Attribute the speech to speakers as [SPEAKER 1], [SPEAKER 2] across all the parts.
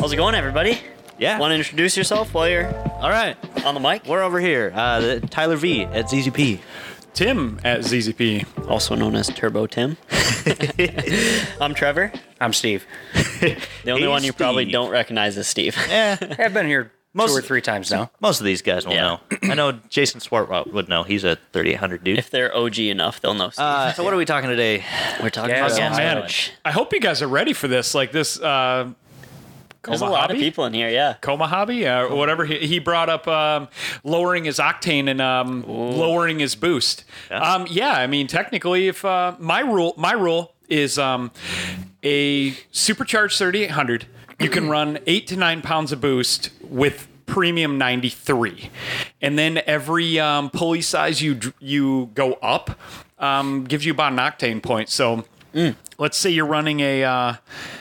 [SPEAKER 1] it going, everybody?
[SPEAKER 2] Yeah.
[SPEAKER 1] Want to introduce yourself while you're
[SPEAKER 2] All right.
[SPEAKER 1] on the mic?
[SPEAKER 2] We're over here. Uh, the- Tyler V at ZZP.
[SPEAKER 3] Tim at ZZP.
[SPEAKER 1] Also known as Turbo Tim. I'm Trevor.
[SPEAKER 4] I'm Steve.
[SPEAKER 1] The only
[SPEAKER 2] Hey,
[SPEAKER 1] one you probably
[SPEAKER 2] Steve.
[SPEAKER 1] don't recognize is Steve.
[SPEAKER 2] Yeah.
[SPEAKER 4] I've been here
[SPEAKER 2] Most-
[SPEAKER 4] two or three times now.
[SPEAKER 2] Most of these guys won't
[SPEAKER 1] Yeah.
[SPEAKER 2] know. I know Jason Swartwout would know. He's a 3800 dude.
[SPEAKER 1] if they're OG enough, they'll know Steve.
[SPEAKER 2] Uh, so what are we talking today?
[SPEAKER 1] We're talking
[SPEAKER 4] yeah,
[SPEAKER 1] about
[SPEAKER 4] yeah.
[SPEAKER 1] gas
[SPEAKER 3] Man,
[SPEAKER 1] mileage.
[SPEAKER 3] I hope you guys are ready for this. Like this, uh,
[SPEAKER 1] There's a
[SPEAKER 3] Coma
[SPEAKER 1] lot
[SPEAKER 3] hobby?
[SPEAKER 1] of people in here, yeah.
[SPEAKER 3] coma hobby uh, or whatever. He, he brought up um, lowering his octane and um, lowering his boost. Yeah. Um, yeah, I mean, technically, if uh, my rule, my rule is um, a supercharged 3800, you can run eight to nine pounds of boost with premium 93 and then every um, pulley size you dr- you go up um, gives you about an octane point so Mm. let's say you're running a uh,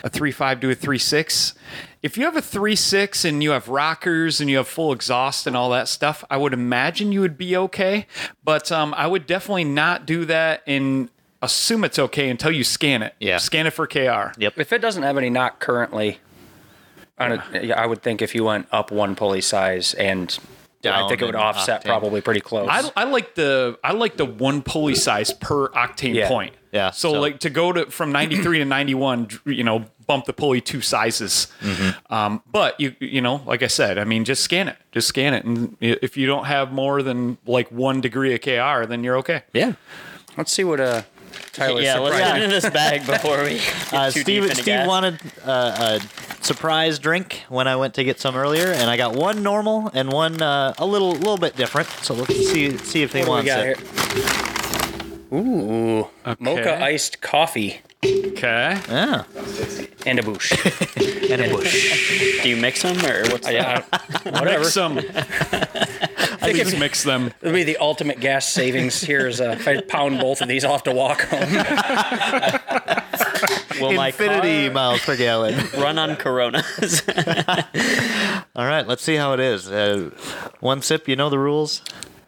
[SPEAKER 3] a three five to a three six. If you have a three six and you have rockers and you have full exhaust and all that stuff, I would imagine you would be okay. But um, I would definitely not do that and assume it's okay until you scan it.
[SPEAKER 2] Yeah.
[SPEAKER 3] scan it for KR.
[SPEAKER 2] Yep.
[SPEAKER 4] If it doesn't have any knock currently, on a, I would think if you went up one pulley size and I
[SPEAKER 2] Down
[SPEAKER 4] think it would
[SPEAKER 2] and
[SPEAKER 4] offset
[SPEAKER 2] octane.
[SPEAKER 4] probably pretty close.
[SPEAKER 3] I, I like the I like the one pulley size per octane
[SPEAKER 4] Yeah.
[SPEAKER 3] point.
[SPEAKER 2] Yeah,
[SPEAKER 3] So,
[SPEAKER 2] so-
[SPEAKER 3] like to go to from 93 to 91, you know, bump the pulley two sizes.
[SPEAKER 4] Mm-hmm.
[SPEAKER 3] Um, but you you know, like I said, I mean, just scan it, just scan it, and if you don't have more than like one degree of KR, then you're okay.
[SPEAKER 2] Yeah.
[SPEAKER 4] Let's see what uh, Tyler
[SPEAKER 1] Yeah, let's
[SPEAKER 4] surprised
[SPEAKER 1] get into this bag before we get
[SPEAKER 2] Uh,
[SPEAKER 1] too
[SPEAKER 2] Steve,
[SPEAKER 1] deep into
[SPEAKER 2] Steve
[SPEAKER 1] gas.
[SPEAKER 2] wanted uh, a surprise drink when I went to get some earlier, and I got one normal and one uh, a little little bit different. So let's see see if they want
[SPEAKER 4] What do we got
[SPEAKER 2] it.
[SPEAKER 4] here? Ooh, mocha
[SPEAKER 3] Okay.
[SPEAKER 4] iced coffee
[SPEAKER 3] Okay.
[SPEAKER 2] Yeah,
[SPEAKER 4] and a boosh.
[SPEAKER 2] and a bush.
[SPEAKER 1] Do you mix them or
[SPEAKER 2] Oh,
[SPEAKER 1] what's that?
[SPEAKER 4] yeah, whatever.
[SPEAKER 3] Mix them. Please mix them.
[SPEAKER 4] It'll be the ultimate gas savings. Here is uh, if I pound both of these, I'll have to walk home.
[SPEAKER 1] Will my
[SPEAKER 2] Infinity
[SPEAKER 1] car
[SPEAKER 2] miles per gallon.
[SPEAKER 1] run on Coronas?
[SPEAKER 2] All right, let's see how it is. Uh, one sip, you know the rules.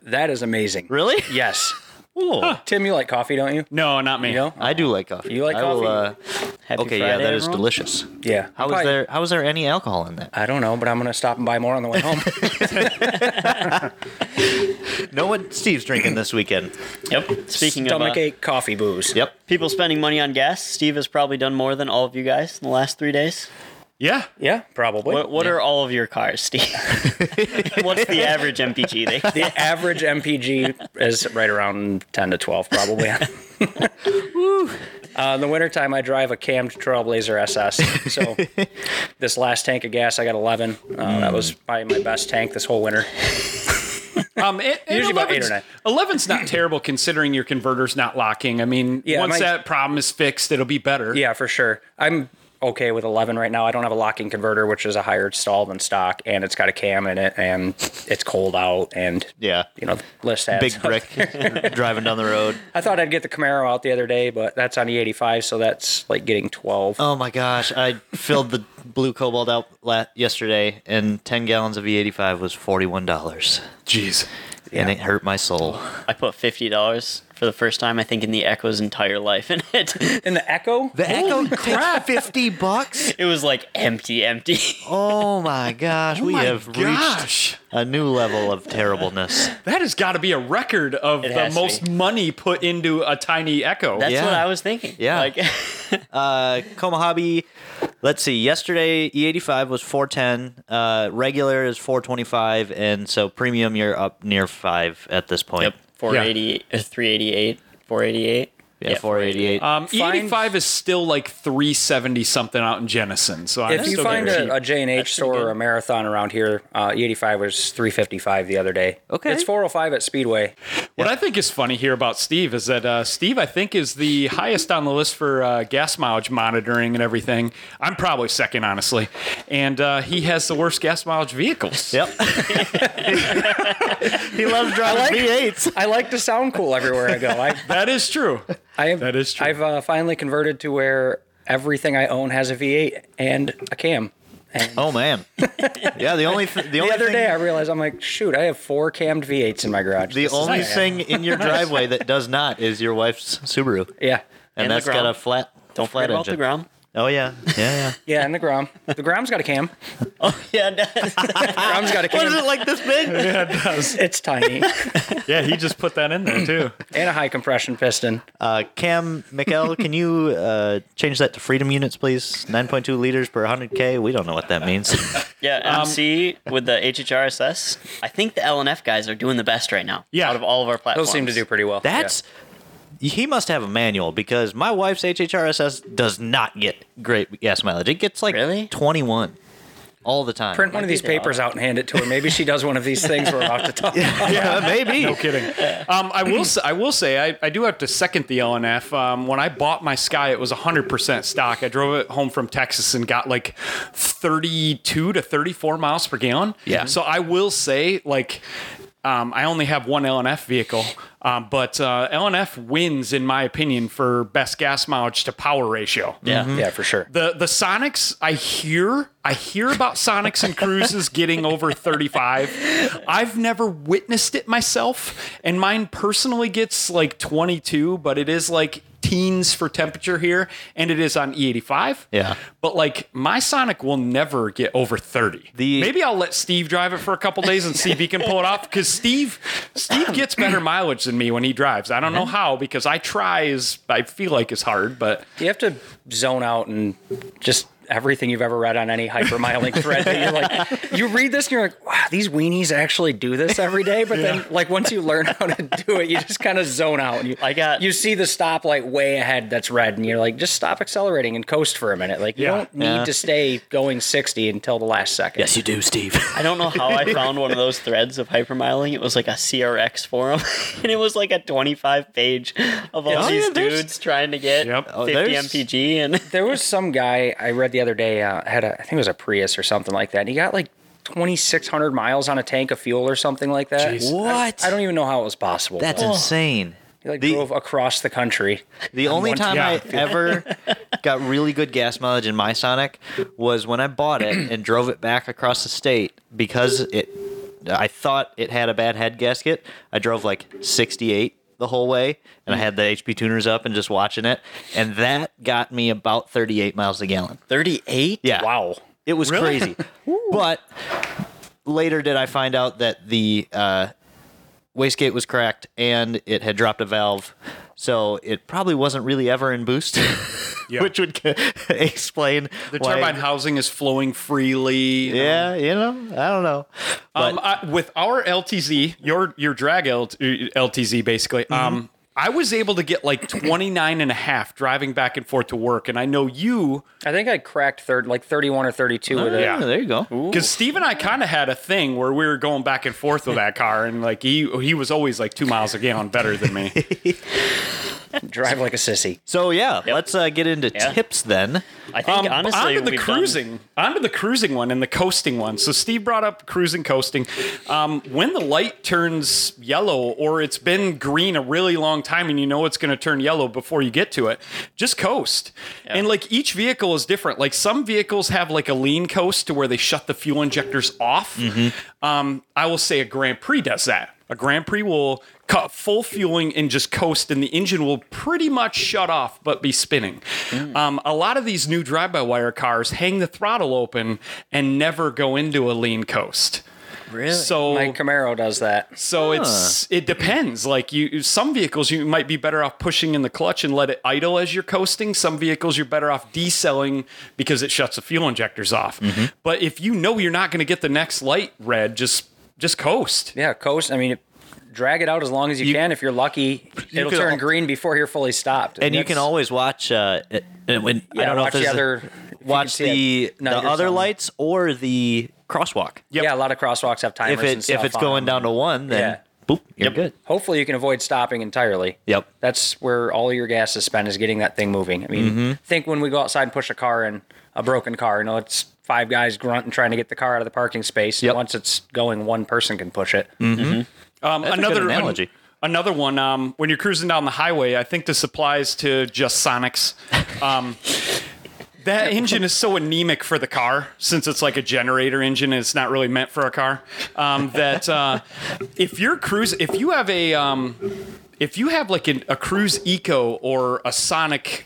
[SPEAKER 4] That is amazing.
[SPEAKER 2] Really?
[SPEAKER 4] Yes.
[SPEAKER 2] Ooh.
[SPEAKER 4] Tim, you like coffee, don't you?
[SPEAKER 3] No, not me.
[SPEAKER 4] You know?
[SPEAKER 2] I do like coffee.
[SPEAKER 4] You like
[SPEAKER 2] I will,
[SPEAKER 4] coffee?
[SPEAKER 2] uh,
[SPEAKER 1] Happy
[SPEAKER 2] okay, yeah,
[SPEAKER 1] Friday,
[SPEAKER 2] that is
[SPEAKER 1] everyone.
[SPEAKER 2] delicious.
[SPEAKER 4] Yeah.
[SPEAKER 2] How is
[SPEAKER 4] Probably-
[SPEAKER 2] there? How is there any alcohol in that?
[SPEAKER 4] I don't know, but I'm gonna stop and buy more on the way home.
[SPEAKER 2] Know what Steve's drinking this weekend?
[SPEAKER 1] Yep. Speaking of uh,
[SPEAKER 4] Stomach ache, coffee booze.
[SPEAKER 2] Yep.
[SPEAKER 1] people spending money on gas, Steve has probably done more than all of you guys in the last three days.
[SPEAKER 3] Yeah.
[SPEAKER 4] Yeah, probably.
[SPEAKER 1] What, what are all of your cars, Steve? What's the average MPG? They,
[SPEAKER 4] The average MPG is right around 10 to 12, probably. Uh, in the wintertime, I drive a cammed Trailblazer SS. So this last tank of gas, I got 11. Uh, That was
[SPEAKER 2] Mm.
[SPEAKER 4] probably my best tank this whole winter.
[SPEAKER 3] Um, and, and
[SPEAKER 4] Usually about eight
[SPEAKER 3] 11's
[SPEAKER 4] or nine.
[SPEAKER 3] 11's not terrible considering your converter's not locking. I mean,
[SPEAKER 4] Yeah,
[SPEAKER 3] once
[SPEAKER 4] my-
[SPEAKER 3] that problem is fixed, it'll be better.
[SPEAKER 4] Yeah, for sure. I'm okay with 11 right now. I don't have a locking converter, which is a higher stall than stock, and it's got a cam in it, and it's cold out, and
[SPEAKER 2] Yeah.
[SPEAKER 4] you know, the list has
[SPEAKER 2] Big brick driving down the road.
[SPEAKER 4] I thought I'd get the Camaro out the other day, but that's on the 85, so that's like getting 12.
[SPEAKER 2] Oh my gosh! I filled the blue cobalt out la- yesterday, and ten gallons of E85 was forty-one dollars,
[SPEAKER 3] Jeez.
[SPEAKER 2] and it hurt my soul.
[SPEAKER 1] I put fifty dollars for the first time, I think, in the Echo's entire life, and it
[SPEAKER 4] In the Echo?
[SPEAKER 2] The Echo crap, fifty bucks.
[SPEAKER 1] it was like empty, empty.
[SPEAKER 2] Oh my gosh! we
[SPEAKER 3] my
[SPEAKER 2] have reached
[SPEAKER 3] gosh.
[SPEAKER 2] a new level of terribleness.
[SPEAKER 3] That has got to be a record of the
[SPEAKER 1] has to
[SPEAKER 3] most
[SPEAKER 1] be.
[SPEAKER 3] money put into a tiny Echo.
[SPEAKER 1] That's
[SPEAKER 2] Yeah.
[SPEAKER 1] what I was thinking.
[SPEAKER 2] Yeah.
[SPEAKER 1] Like,
[SPEAKER 2] Uh, Coma Hobby. Let's see. Yesterday, E85 was 410. Uh, regular is 425, and so premium, you're up near five at this point.
[SPEAKER 1] yep, four eighty, uh, three eighty eight, four Uh, eighty eight.
[SPEAKER 2] Yeah, 488.
[SPEAKER 3] um, E85 is still like 370 something out in Jenison. So I'm
[SPEAKER 4] If you
[SPEAKER 3] still
[SPEAKER 4] find
[SPEAKER 3] getting
[SPEAKER 4] a, a
[SPEAKER 3] cheap.
[SPEAKER 4] J&H store or a Marathon around here, uh, E85 was 355 the other day.
[SPEAKER 2] Okay.
[SPEAKER 4] It's 405 at Speedway.
[SPEAKER 3] what I think is funny here about Steve is that uh, Steve, I think, is the highest on the list for uh, gas mileage monitoring and everything. I'm probably second, honestly, and uh, he has the worst gas mileage vehicles.
[SPEAKER 2] Yep. he loves driving
[SPEAKER 4] like-
[SPEAKER 2] V8s.
[SPEAKER 4] I like to sound cool everywhere I go. I,
[SPEAKER 3] That is true.
[SPEAKER 4] I have,
[SPEAKER 3] That is true.
[SPEAKER 4] I've uh, finally converted to where everything I own has a V8 and a cam. And
[SPEAKER 2] Oh man. Yeah. The only th- the
[SPEAKER 4] the
[SPEAKER 2] only
[SPEAKER 4] other
[SPEAKER 2] thing,
[SPEAKER 4] day I realized, I'm like, shoot, I have four cammed V8s in my garage.
[SPEAKER 2] the
[SPEAKER 4] This is
[SPEAKER 2] only
[SPEAKER 4] bad.
[SPEAKER 2] thing in your driveway that does not is your wife's Subaru,
[SPEAKER 4] Yeah.
[SPEAKER 2] and,
[SPEAKER 1] the
[SPEAKER 2] that's got
[SPEAKER 1] Grom.
[SPEAKER 2] a flat
[SPEAKER 1] Don't
[SPEAKER 2] flat
[SPEAKER 1] forget about the
[SPEAKER 2] engine.
[SPEAKER 1] ground.
[SPEAKER 2] Oh yeah, yeah,
[SPEAKER 4] Yeah, and the Grom. The Grom's got a cam.
[SPEAKER 1] Oh yeah, it does.
[SPEAKER 2] Ah.
[SPEAKER 4] Grom's got a
[SPEAKER 2] yeah.
[SPEAKER 4] cam.
[SPEAKER 2] like this big?
[SPEAKER 3] Yeah, it does.
[SPEAKER 4] It's tiny
[SPEAKER 3] Yeah, he just put that in there too.
[SPEAKER 4] and a high compression piston.
[SPEAKER 2] Uh, Cam McEl, can you uh, change that to freedom units, please? Nine point two liters per hundred k. We don't know what that means. Um,
[SPEAKER 1] yeah. MC with the HHRSS. I think the LNF guys are doing the best right now.
[SPEAKER 3] Yeah.
[SPEAKER 1] out of all of our platforms,
[SPEAKER 4] Those seem to do pretty well.
[SPEAKER 2] That's he must have a manual because my wife's HHRSS does not get great gas mileage. It gets like
[SPEAKER 1] Really?
[SPEAKER 2] twenty one all the time.
[SPEAKER 4] Yeah. print one of these
[SPEAKER 1] they are.
[SPEAKER 4] papers out and hand it to her. Maybe she does one of these things we're about to talk. about.
[SPEAKER 2] yeah, maybe.
[SPEAKER 3] No kidding. Um, I will. s- I will say I, I do have to second the LNF. Um, when I bought my Sky, it was 100% stock. I drove it home from Texas and got like 32 to 34 miles per gallon.
[SPEAKER 2] Yeah.
[SPEAKER 3] So I will say like. Um, I only have one LNF vehicle, um, but uh, LNF wins, in my opinion, for best gas mileage to power ratio.
[SPEAKER 1] Yeah.
[SPEAKER 4] Yeah, for sure.
[SPEAKER 3] The the Sonics, I hear I hear about Sonics and Cruises getting over 35. I've never witnessed it myself, and mine personally gets like 22, but it is like teens for temperature here, and it is on E85.
[SPEAKER 2] Yeah.
[SPEAKER 3] But like my Sonic will never get over 30.
[SPEAKER 2] The-
[SPEAKER 3] Maybe I'll let Steve drive it for a couple days and see if he can pull it off because Steve Steve gets better mileage than me when he drives. I don't
[SPEAKER 2] Mm-hmm.
[SPEAKER 3] know how because I try as I feel like is hard, but
[SPEAKER 4] You have to zone out and just everything you've ever read on any hypermiling thread. That you're like, you read this and you're like, wow, these weenies actually do this every day. But then, like, once you learn how to do it, you just kind of zone out. And you,
[SPEAKER 1] I got-
[SPEAKER 4] you see the stoplight way ahead that's red, and you're like, just stop accelerating and coast for a minute. Like, you
[SPEAKER 3] Yeah.
[SPEAKER 4] don't need
[SPEAKER 2] Yeah.
[SPEAKER 4] to stay going 60 until the last second.
[SPEAKER 2] you do, Steve.
[SPEAKER 1] I don't know how I found one of those threads of hypermiling. It was like a CRX forum, and it was like a 25 page of all
[SPEAKER 2] Yeah. Oh,
[SPEAKER 1] these
[SPEAKER 2] yeah, there's-
[SPEAKER 1] dudes trying to get
[SPEAKER 3] Yep. Oh,
[SPEAKER 1] 50
[SPEAKER 2] there's-
[SPEAKER 1] mpg. And
[SPEAKER 4] There was some guy I read the other day uh, had a I think it was a Prius or something like that, and he got like 2,600 miles on a tank of fuel or something like that.
[SPEAKER 3] Jeez.
[SPEAKER 2] What?
[SPEAKER 4] I, don't even know how it was possible.
[SPEAKER 2] That's
[SPEAKER 1] Oh.
[SPEAKER 4] but
[SPEAKER 2] insane.
[SPEAKER 4] he like
[SPEAKER 2] the-
[SPEAKER 4] drove across the country.
[SPEAKER 2] The only
[SPEAKER 4] one
[SPEAKER 2] time I
[SPEAKER 3] time.
[SPEAKER 2] ever got really good gas mileage in my Sonic was when I bought it and drove it back across the state because it I thought it had a bad head gasket. I drove like 68 the whole way and I
[SPEAKER 4] Mm.
[SPEAKER 2] had the HP tuners up and just watching it and that got me about 38 miles a gallon.
[SPEAKER 1] 38?
[SPEAKER 2] Yeah.
[SPEAKER 4] Wow.
[SPEAKER 2] It was
[SPEAKER 3] Really?
[SPEAKER 2] crazy. but later did I find out that the uh, wastegate was cracked and it had dropped a valve. So it probably wasn't really ever in boost,
[SPEAKER 3] Yeah.
[SPEAKER 2] which would explain
[SPEAKER 3] The
[SPEAKER 2] why-
[SPEAKER 3] turbine housing is flowing freely.
[SPEAKER 2] Yeah, you know, I don't know. But
[SPEAKER 3] Um, I, with our LTZ, your your drag LT, LTZ basically.
[SPEAKER 2] Mm-hmm.
[SPEAKER 3] Um, I was able to get like 29 and a half driving back and forth to work, and I know you
[SPEAKER 4] I think I cracked third like 31 or 32 with it.
[SPEAKER 3] yeah.
[SPEAKER 2] yeah, there you go.
[SPEAKER 3] because Steve and I kind of had a thing where we were going back and forth with that car, and like he he was always like two miles a gallon better than me.
[SPEAKER 4] Drive like a sissy.
[SPEAKER 2] So yeah, let's uh, get into
[SPEAKER 1] Yeah.
[SPEAKER 2] tips then.
[SPEAKER 1] I think
[SPEAKER 3] Um,
[SPEAKER 1] honestly,
[SPEAKER 3] onto the
[SPEAKER 1] we've done-
[SPEAKER 3] cruising, onto the cruising one and the coasting one. So Steve brought up cruising, coasting. Um, when the light turns yellow or it's been green a really long time, and you know it's going to turn yellow before you get to it, just coast. And like each vehicle is different. Like some vehicles have like a lean coast to where they shut the fuel injectors off.
[SPEAKER 1] Mm-hmm.
[SPEAKER 3] Um, I will say a Grand Prix does that. A Grand Prix will cut full fueling and just coast, and the engine will pretty much shut off but be spinning. Um, a lot of these new drive by wire cars hang the throttle open and never go into a lean coast.
[SPEAKER 1] Really?
[SPEAKER 3] So
[SPEAKER 4] My Camaro does that.
[SPEAKER 3] so it's it depends. Like you, some vehicles you might be better off pushing in the clutch and let it idle as you're coasting. Some vehicles you're better off decelling because it shuts the fuel injectors off. But if you know you're not going to get the next light red, just just coast.
[SPEAKER 4] Yeah, coast. I mean, it- drag it out as long as you, can. If you're lucky, it'll
[SPEAKER 2] can
[SPEAKER 4] turn
[SPEAKER 2] al-
[SPEAKER 4] green before you're fully stopped.
[SPEAKER 2] And you can always watch. Uh, it- and when I don't know if
[SPEAKER 4] watch the
[SPEAKER 2] there's a-
[SPEAKER 4] other- if you can
[SPEAKER 2] watch
[SPEAKER 4] see
[SPEAKER 2] the
[SPEAKER 4] it
[SPEAKER 2] the
[SPEAKER 4] night or
[SPEAKER 2] other
[SPEAKER 4] something.
[SPEAKER 2] lights or the crosswalk.
[SPEAKER 3] Yep.
[SPEAKER 4] Yeah, a lot of crosswalks have timers.
[SPEAKER 2] if
[SPEAKER 4] and
[SPEAKER 2] it
[SPEAKER 4] stuff
[SPEAKER 2] if it's
[SPEAKER 4] on
[SPEAKER 2] going
[SPEAKER 4] them.
[SPEAKER 2] down to one, then boop, you're good.
[SPEAKER 4] hopefully you can avoid stopping entirely.
[SPEAKER 2] Yep.
[SPEAKER 4] That's where all your gas is spent is getting that thing moving. I mean,
[SPEAKER 2] Mm-hmm.
[SPEAKER 4] think when we go outside and push a car in a broken car, you know, it's five guys grunting trying to get the car out of the parking space.
[SPEAKER 2] Yep. Mm.
[SPEAKER 4] Once it's going, one person can push it.
[SPEAKER 3] Um,
[SPEAKER 2] That's a good
[SPEAKER 3] another an-
[SPEAKER 2] analogy.
[SPEAKER 3] another one. Um, when you're cruising down the highway, I think this applies to just Sonics. Um, that engine is so anemic for the car, since it's like a generator engine and it's not really meant for a car. Um, that uh, if you're cruise, if you have a um, if you have like an, a Cruise Eco or a Sonic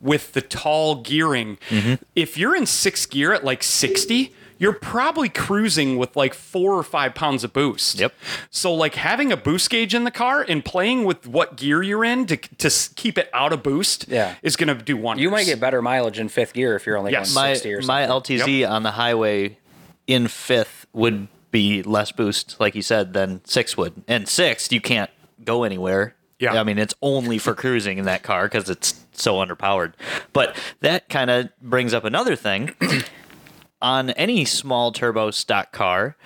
[SPEAKER 3] with the tall gearing.
[SPEAKER 2] Mm-hmm.
[SPEAKER 3] If you're in sixth gear at like 60, you're probably cruising with like four or five pounds of boost.
[SPEAKER 2] Yep.
[SPEAKER 3] So like having a boost gauge in the car and playing with what gear you're in to to s- keep it out of boost
[SPEAKER 4] Yeah.
[SPEAKER 3] is going to do wonders.
[SPEAKER 4] You might get better mileage in fifth gear if you're only
[SPEAKER 3] Yes.
[SPEAKER 4] going
[SPEAKER 2] my
[SPEAKER 4] 60 or something.
[SPEAKER 2] my LTZ on the highway in fifth would be less boost, like you said, than six would. And sixth, you can't go anywhere.
[SPEAKER 3] Yeah.
[SPEAKER 2] I mean, it's only for cruising in that car because it's so underpowered. But that kind of brings up another thing. on any small turbo stock car,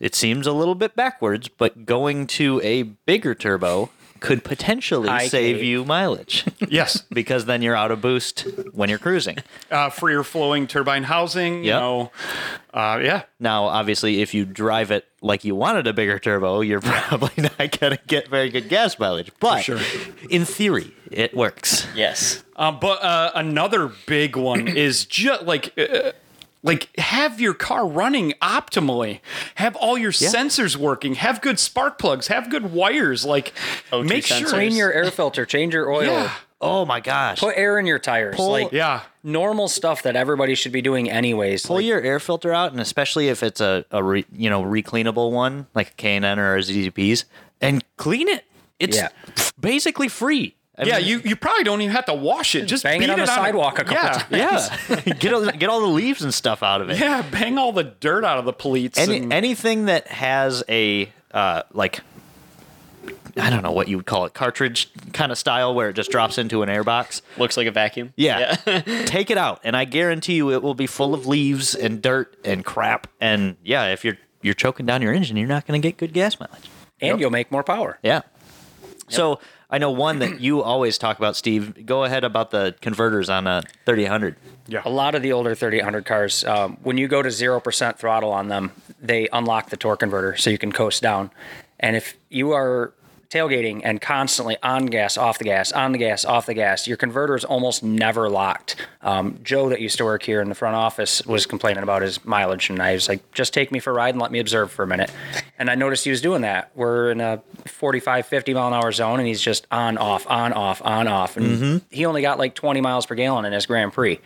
[SPEAKER 2] it seems a little bit backwards, but going to a bigger turbo could potentially
[SPEAKER 4] I
[SPEAKER 2] save
[SPEAKER 4] hate-
[SPEAKER 2] you mileage
[SPEAKER 3] yes.
[SPEAKER 2] because then you're out of boost when you're cruising.
[SPEAKER 3] uh, freer flowing turbine housing. You
[SPEAKER 2] Yep.
[SPEAKER 3] know, uh, yeah.
[SPEAKER 2] Now, obviously, if you drive it like you wanted a bigger turbo, you're probably not going to get very good gas mileage. But
[SPEAKER 3] sure.
[SPEAKER 2] in theory, it works.
[SPEAKER 1] Yes.
[SPEAKER 3] Um, but uh, another big one is just like. Uh, like have your car running optimally have all your sensors working have good spark plugs have good wires like
[SPEAKER 1] O2
[SPEAKER 3] make sure
[SPEAKER 1] sensors.
[SPEAKER 4] Clean your air filter, change your oil,
[SPEAKER 3] yeah
[SPEAKER 2] Oh my gosh.
[SPEAKER 4] put air in your tires. like
[SPEAKER 3] yeah
[SPEAKER 4] normal stuff that everybody should be doing anyways.
[SPEAKER 2] Pull
[SPEAKER 4] Like,
[SPEAKER 2] your air filter out, and especially if it's a, a re, you know recleanable one like a K&N or a ZZP's, and clean it. It's
[SPEAKER 4] Yeah.
[SPEAKER 2] basically free. I
[SPEAKER 3] yeah
[SPEAKER 2] mean,
[SPEAKER 3] you you probably don't even have to wash it just
[SPEAKER 4] Bang it
[SPEAKER 3] beat
[SPEAKER 4] on the sidewalk a couple
[SPEAKER 3] yeah.
[SPEAKER 4] times.
[SPEAKER 2] yeah. get all, get all the leaves and stuff out of it.
[SPEAKER 3] yeah bang all the dirt out of the pleats
[SPEAKER 2] Any,
[SPEAKER 3] and-
[SPEAKER 2] anything that has a uh, like I don't know what you would call it cartridge kind of style where it just drops into an airbox.
[SPEAKER 1] Looks like a vacuum.
[SPEAKER 2] Yeah. Take it out and I guarantee you it will be full of leaves and dirt and crap and yeah, if you're you're choking down your engine, you're not going to get good gas mileage.
[SPEAKER 4] and you'll make more power.
[SPEAKER 2] Yeah. So, I know one that you always talk about Steve. Go ahead about the converters on a 3800.
[SPEAKER 3] yeah
[SPEAKER 4] A lot of the older 3800 cars, um, when you go to 0% throttle on them, they unlock the torque converter so you can coast down. And if you are tailgating and constantly on gas, off the gas, on the gas, off the gas, your converter is almost never locked. Um, Joe, that used to work here in the front office, was complaining about his mileage. And I was like, just take me for a ride and let me observe for a minute. And I noticed he was doing that. We're in a 45, 50 mile an hour zone, and he's just on, off, on, off, on, off. And he only got like 20 miles per gallon in his Grand Prix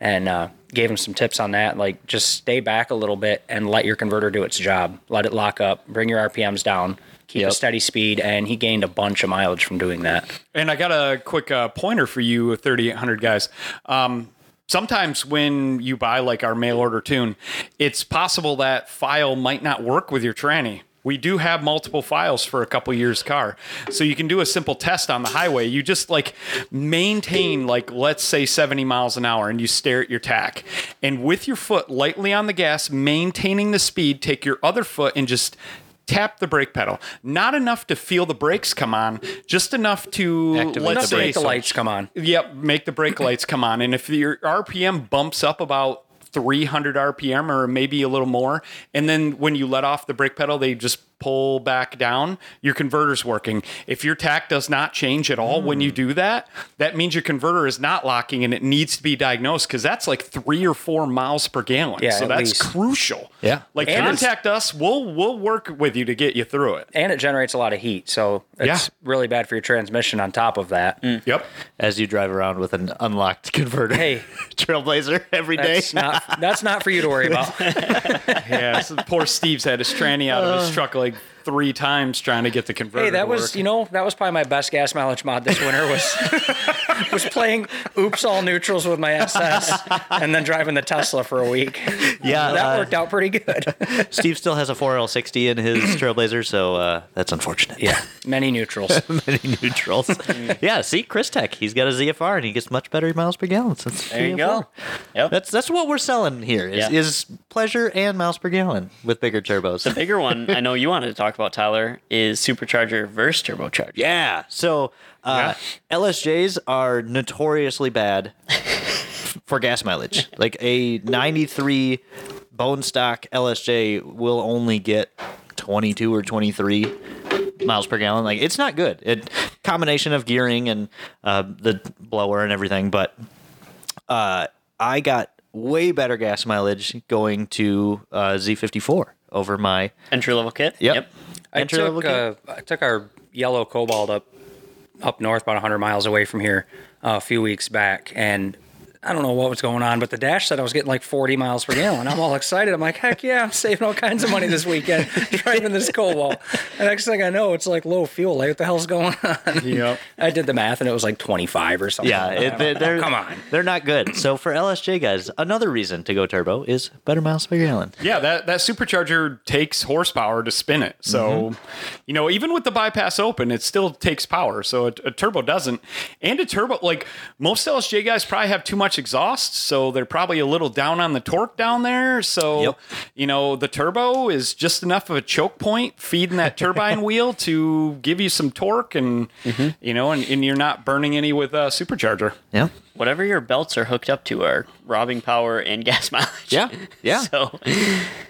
[SPEAKER 4] and uh, gave him some tips on that. Like, just stay back a little bit and let your converter do its job. Let it lock up. Bring your RPMs down. Keep
[SPEAKER 2] Yep.
[SPEAKER 4] a steady speed. And he gained a bunch of mileage from doing that.
[SPEAKER 3] And I got a quick uh, pointer for you, 3800 guys. Um, sometimes when you buy like our mail order tune, it's possible that file might not work with your tranny. We do have multiple files for a couple years car. So you can do a simple test on the highway. You just like maintain like let's say 70 miles an hour and you stare at your tack. And with your foot lightly on the gas, maintaining the speed, take your other foot and just tap the brake pedal. Not enough to feel the brakes come on, just enough to
[SPEAKER 2] Activate
[SPEAKER 3] let's
[SPEAKER 2] the
[SPEAKER 3] say
[SPEAKER 4] Make the lights come on.
[SPEAKER 3] Yep, make the brake lights come on. And if your RPM bumps up about 300 RPM or maybe a little more, and then when you let off the brake pedal, they just pull back down, your converter's working. If your tack does not change at all
[SPEAKER 4] Hmm.
[SPEAKER 3] when you do that, that means your converter is not locking and it needs to be diagnosed because that's like three or four miles per gallon.
[SPEAKER 4] Yeah,
[SPEAKER 3] so
[SPEAKER 4] at
[SPEAKER 3] that's
[SPEAKER 4] least.
[SPEAKER 3] crucial.
[SPEAKER 2] Yeah.
[SPEAKER 3] Like
[SPEAKER 4] And it's-
[SPEAKER 3] contact us, we'll we'll work with you to get you through it.
[SPEAKER 4] And it generates a lot of heat. So it's
[SPEAKER 3] Yeah.
[SPEAKER 4] really bad for your transmission on top of that.
[SPEAKER 3] Yep.
[SPEAKER 2] As you drive around with an unlocked converter.
[SPEAKER 4] Hey.
[SPEAKER 2] Trailblazer every day.
[SPEAKER 4] That's not that's not for you to worry about.
[SPEAKER 3] Yeah, so poor Steve's had his tranny out of his truck like three times trying to get the converter.
[SPEAKER 4] Uh. Hey, that
[SPEAKER 3] to
[SPEAKER 4] was
[SPEAKER 3] work.
[SPEAKER 4] you know that was probably my best gas mileage mod this winter was was playing oops all neutrals with my SS and then driving the Tesla for a week.
[SPEAKER 2] Yeah,
[SPEAKER 4] that
[SPEAKER 2] uh,
[SPEAKER 4] worked out pretty good.
[SPEAKER 2] Steve still has a 4L60 in his Trailblazer, so uh, that's unfortunate.
[SPEAKER 4] Yeah, many neutrals.
[SPEAKER 2] Many neutrals. yeah, see, Chris Tech, he's got a ZFR and he gets much better miles per gallon since
[SPEAKER 1] There you
[SPEAKER 2] ZFR.
[SPEAKER 1] go. Yep.
[SPEAKER 2] That's that's what we're selling here
[SPEAKER 1] Yeah.
[SPEAKER 2] is, is pleasure and miles per gallon with bigger turbos.
[SPEAKER 1] Bigger one I know you wanted to talk about, Tyler, is supercharger versus turbocharger.
[SPEAKER 2] Yeah. So uh, LSJs are notoriously bad for gas mileage. Like a 93 bone stock LSJ will only get 22 or 23 miles per gallon. Like it's not good. It combination of gearing and uh, the blower and everything, but uh, I got way better gas mileage going to uh, Z54 over my
[SPEAKER 1] Entry level kit.
[SPEAKER 4] I
[SPEAKER 2] Entry level
[SPEAKER 4] took,
[SPEAKER 2] kit.
[SPEAKER 4] uh, I took our yellow cobalt up up north, about 100 miles away from here, a few weeks back, and I don't know what was going on, but the dash said I was getting like 40 miles per gallon. I'm all excited. I'm like, heck yeah, I'm saving all kinds of money this weekend driving this Cobalt. And next thing I know, it's like low fuel. Like, what the hell's going on?
[SPEAKER 3] Yep.
[SPEAKER 4] I did the math, and it was like 25 or something.
[SPEAKER 2] Yeah, it, they- they're,
[SPEAKER 4] come on.
[SPEAKER 2] They're not good. So for LSJ guys, another reason to go turbo is better miles per gallon.
[SPEAKER 3] Yeah, that, that supercharger takes horsepower to spin it. So, you know, even with the bypass open, it still takes power. So a, a turbo doesn't. And a turbo, like most LSJ guys probably have too much exhaust. So they're probably a little down on the torque down there. So,
[SPEAKER 2] Yep.
[SPEAKER 3] you know, the turbo is just enough of a choke point feeding that turbine wheel to give you some torque and, you know, and, and you're not burning any with a supercharger.
[SPEAKER 2] Yeah.
[SPEAKER 1] Whatever your belts are hooked up to are robbing power and gas mileage.
[SPEAKER 2] Yeah, yeah.
[SPEAKER 1] So,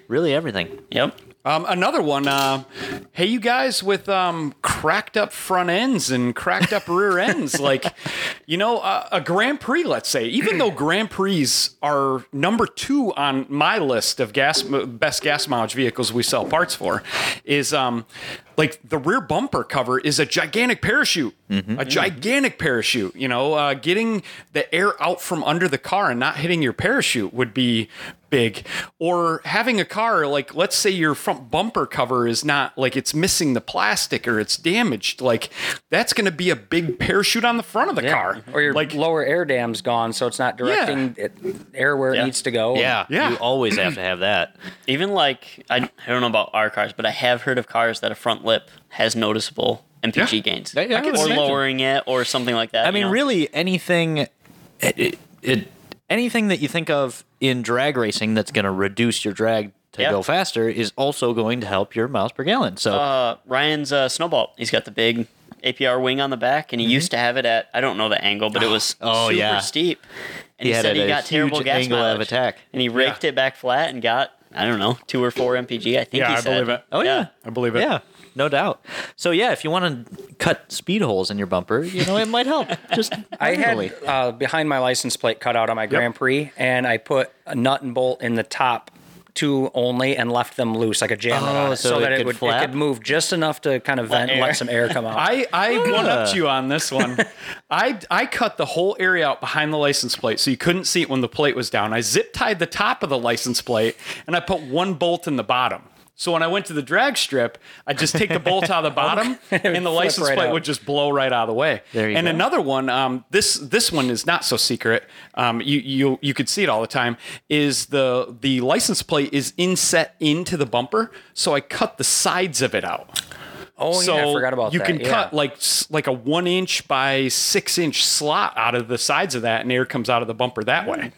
[SPEAKER 2] Really everything.
[SPEAKER 1] yep.
[SPEAKER 3] Um, another one. Uh, hey, you guys with um, cracked up front ends and cracked up rear ends, like you know, uh, a Grand Prix. Let's say, even though Grand Prix are number two on my list of gas best gas mileage vehicles we sell parts for, is um, like the rear bumper cover is a gigantic parachute,
[SPEAKER 4] Mm-hmm.
[SPEAKER 3] a gigantic parachute. You know, uh, getting the air out from under the car and not hitting your parachute would be big or having a car like let's say your front bumper cover is not like it's missing the plastic or it's damaged like that's going to be a big parachute on the front of the car
[SPEAKER 4] Or your
[SPEAKER 3] like
[SPEAKER 4] lower air dam's gone, so it's not directing it, air where
[SPEAKER 1] Yeah.
[SPEAKER 4] it needs to go.
[SPEAKER 3] Yeah.
[SPEAKER 2] You always have to have that.
[SPEAKER 1] Even like I, I don't know about our cars, but I have heard of cars that a front lip has noticeable MPG
[SPEAKER 3] Yeah.
[SPEAKER 1] gains,
[SPEAKER 2] Yeah, yeah, I
[SPEAKER 1] or
[SPEAKER 2] can imagine.
[SPEAKER 1] lowering it, or something like that.
[SPEAKER 2] I
[SPEAKER 1] you
[SPEAKER 2] mean,
[SPEAKER 1] know?
[SPEAKER 2] really anything it, it, it- anything that you think of in drag racing that's going to reduce your drag to
[SPEAKER 1] Yeah.
[SPEAKER 2] go faster is also going to help your miles per gallon. So
[SPEAKER 1] Uh, Ryan's uh, snowball. He's got the big APR wing on the back,
[SPEAKER 3] Mm-hmm.
[SPEAKER 1] and he used to have it at I don't know the angle, but it was
[SPEAKER 2] Oh,
[SPEAKER 1] super
[SPEAKER 2] yeah.
[SPEAKER 1] steep. And
[SPEAKER 2] He
[SPEAKER 1] he,
[SPEAKER 2] had
[SPEAKER 1] said
[SPEAKER 2] it
[SPEAKER 1] he
[SPEAKER 2] at a
[SPEAKER 1] got terrible
[SPEAKER 2] huge
[SPEAKER 1] gas
[SPEAKER 2] angle of
[SPEAKER 1] mileage,
[SPEAKER 2] attack.
[SPEAKER 1] and he raked it back flat and got I don't know two or four MPG. I think.
[SPEAKER 3] Yeah,
[SPEAKER 1] he
[SPEAKER 3] I
[SPEAKER 1] said.
[SPEAKER 3] believe it.
[SPEAKER 2] oh yeah.
[SPEAKER 3] I believe it.
[SPEAKER 2] Yeah. No doubt. So yeah, if you want to cut speed holes in your bumper, you know it might help. Just
[SPEAKER 4] I
[SPEAKER 2] marginally.
[SPEAKER 4] had uh, behind my license plate cut out on my Grand Prix, and I put a nut and bolt in the top two only and left them loose like a jam nut
[SPEAKER 2] Oh,
[SPEAKER 4] on it,
[SPEAKER 2] so
[SPEAKER 4] so,
[SPEAKER 2] it
[SPEAKER 4] that
[SPEAKER 2] could
[SPEAKER 4] it would
[SPEAKER 2] flap?
[SPEAKER 4] it could move just enough to kind of vent and
[SPEAKER 1] air.
[SPEAKER 4] let some air come out.
[SPEAKER 3] I I one upped you on this one. I I cut the whole area out behind the license plate, so you couldn't see it when the plate was down. I zip tied the top of the license plate, and I put one bolt in the bottom. So when I went to the drag strip, I just take the bolt out of the bottom, and the license
[SPEAKER 4] right
[SPEAKER 3] plate
[SPEAKER 4] out.
[SPEAKER 3] would just blow right out of the way.
[SPEAKER 2] There you
[SPEAKER 3] and
[SPEAKER 2] go.
[SPEAKER 3] another one, um, this this one is not so secret. Um, you you you could see it all the time. Is the the license plate is inset into the bumper, so I cut the sides of it out
[SPEAKER 4] oh
[SPEAKER 3] so
[SPEAKER 4] yeah, I forgot about
[SPEAKER 3] you
[SPEAKER 4] that.
[SPEAKER 3] can
[SPEAKER 4] yeah.
[SPEAKER 3] cut like s- like a one inch by six inch slot out of the sides of that, and air comes out of the bumper that way.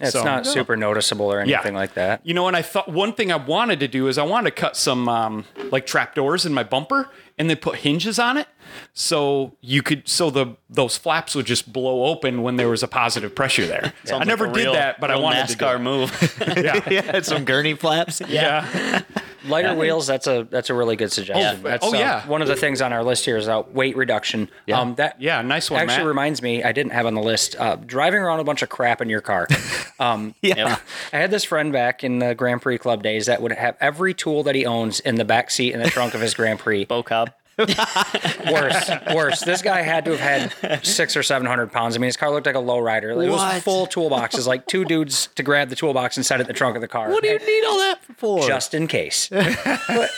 [SPEAKER 4] it's
[SPEAKER 3] so-
[SPEAKER 4] not super noticeable or anything like that.
[SPEAKER 3] You know, and I thought one thing I wanted to do is I wanted to cut some um, like trap doors in my bumper, and then put hinges on it, so you could so the those flaps would just blow open when there was a positive pressure there.
[SPEAKER 1] Sounds
[SPEAKER 3] I
[SPEAKER 1] like
[SPEAKER 3] never
[SPEAKER 1] a
[SPEAKER 3] did
[SPEAKER 1] real-
[SPEAKER 3] that, but I
[SPEAKER 1] real
[SPEAKER 3] wanted to. Do
[SPEAKER 1] NASCAR
[SPEAKER 3] it.
[SPEAKER 1] move.
[SPEAKER 2] yeah, some gurney flaps.
[SPEAKER 3] Yeah.
[SPEAKER 4] Lighter wheels, that's a that's a really good suggestion.
[SPEAKER 3] Yeah.
[SPEAKER 4] That's, uh,
[SPEAKER 3] Oh, yeah.
[SPEAKER 4] One of the things on our list here is uh, weight reduction. Yeah. Um, that
[SPEAKER 3] Yeah, nice one,
[SPEAKER 4] Actually
[SPEAKER 3] Matt.
[SPEAKER 4] reminds me, I didn't have on the list uh, driving around a bunch of crap in your car. Um,
[SPEAKER 1] Yep.
[SPEAKER 4] I had this friend back in the Grand Prix Club days that would have every tool that he owns in the back seat in the trunk of his Grand Prix.
[SPEAKER 1] Bo Cobb.
[SPEAKER 4] worse, worse. This guy had to have had six or seven hundred pounds. I mean, his car looked like a lowrider. Like, it
[SPEAKER 2] What?
[SPEAKER 4] was full toolboxes, like two dudes to grab the toolbox and set it in the trunk of the car.
[SPEAKER 2] What do you need all that for?
[SPEAKER 4] Just in case. But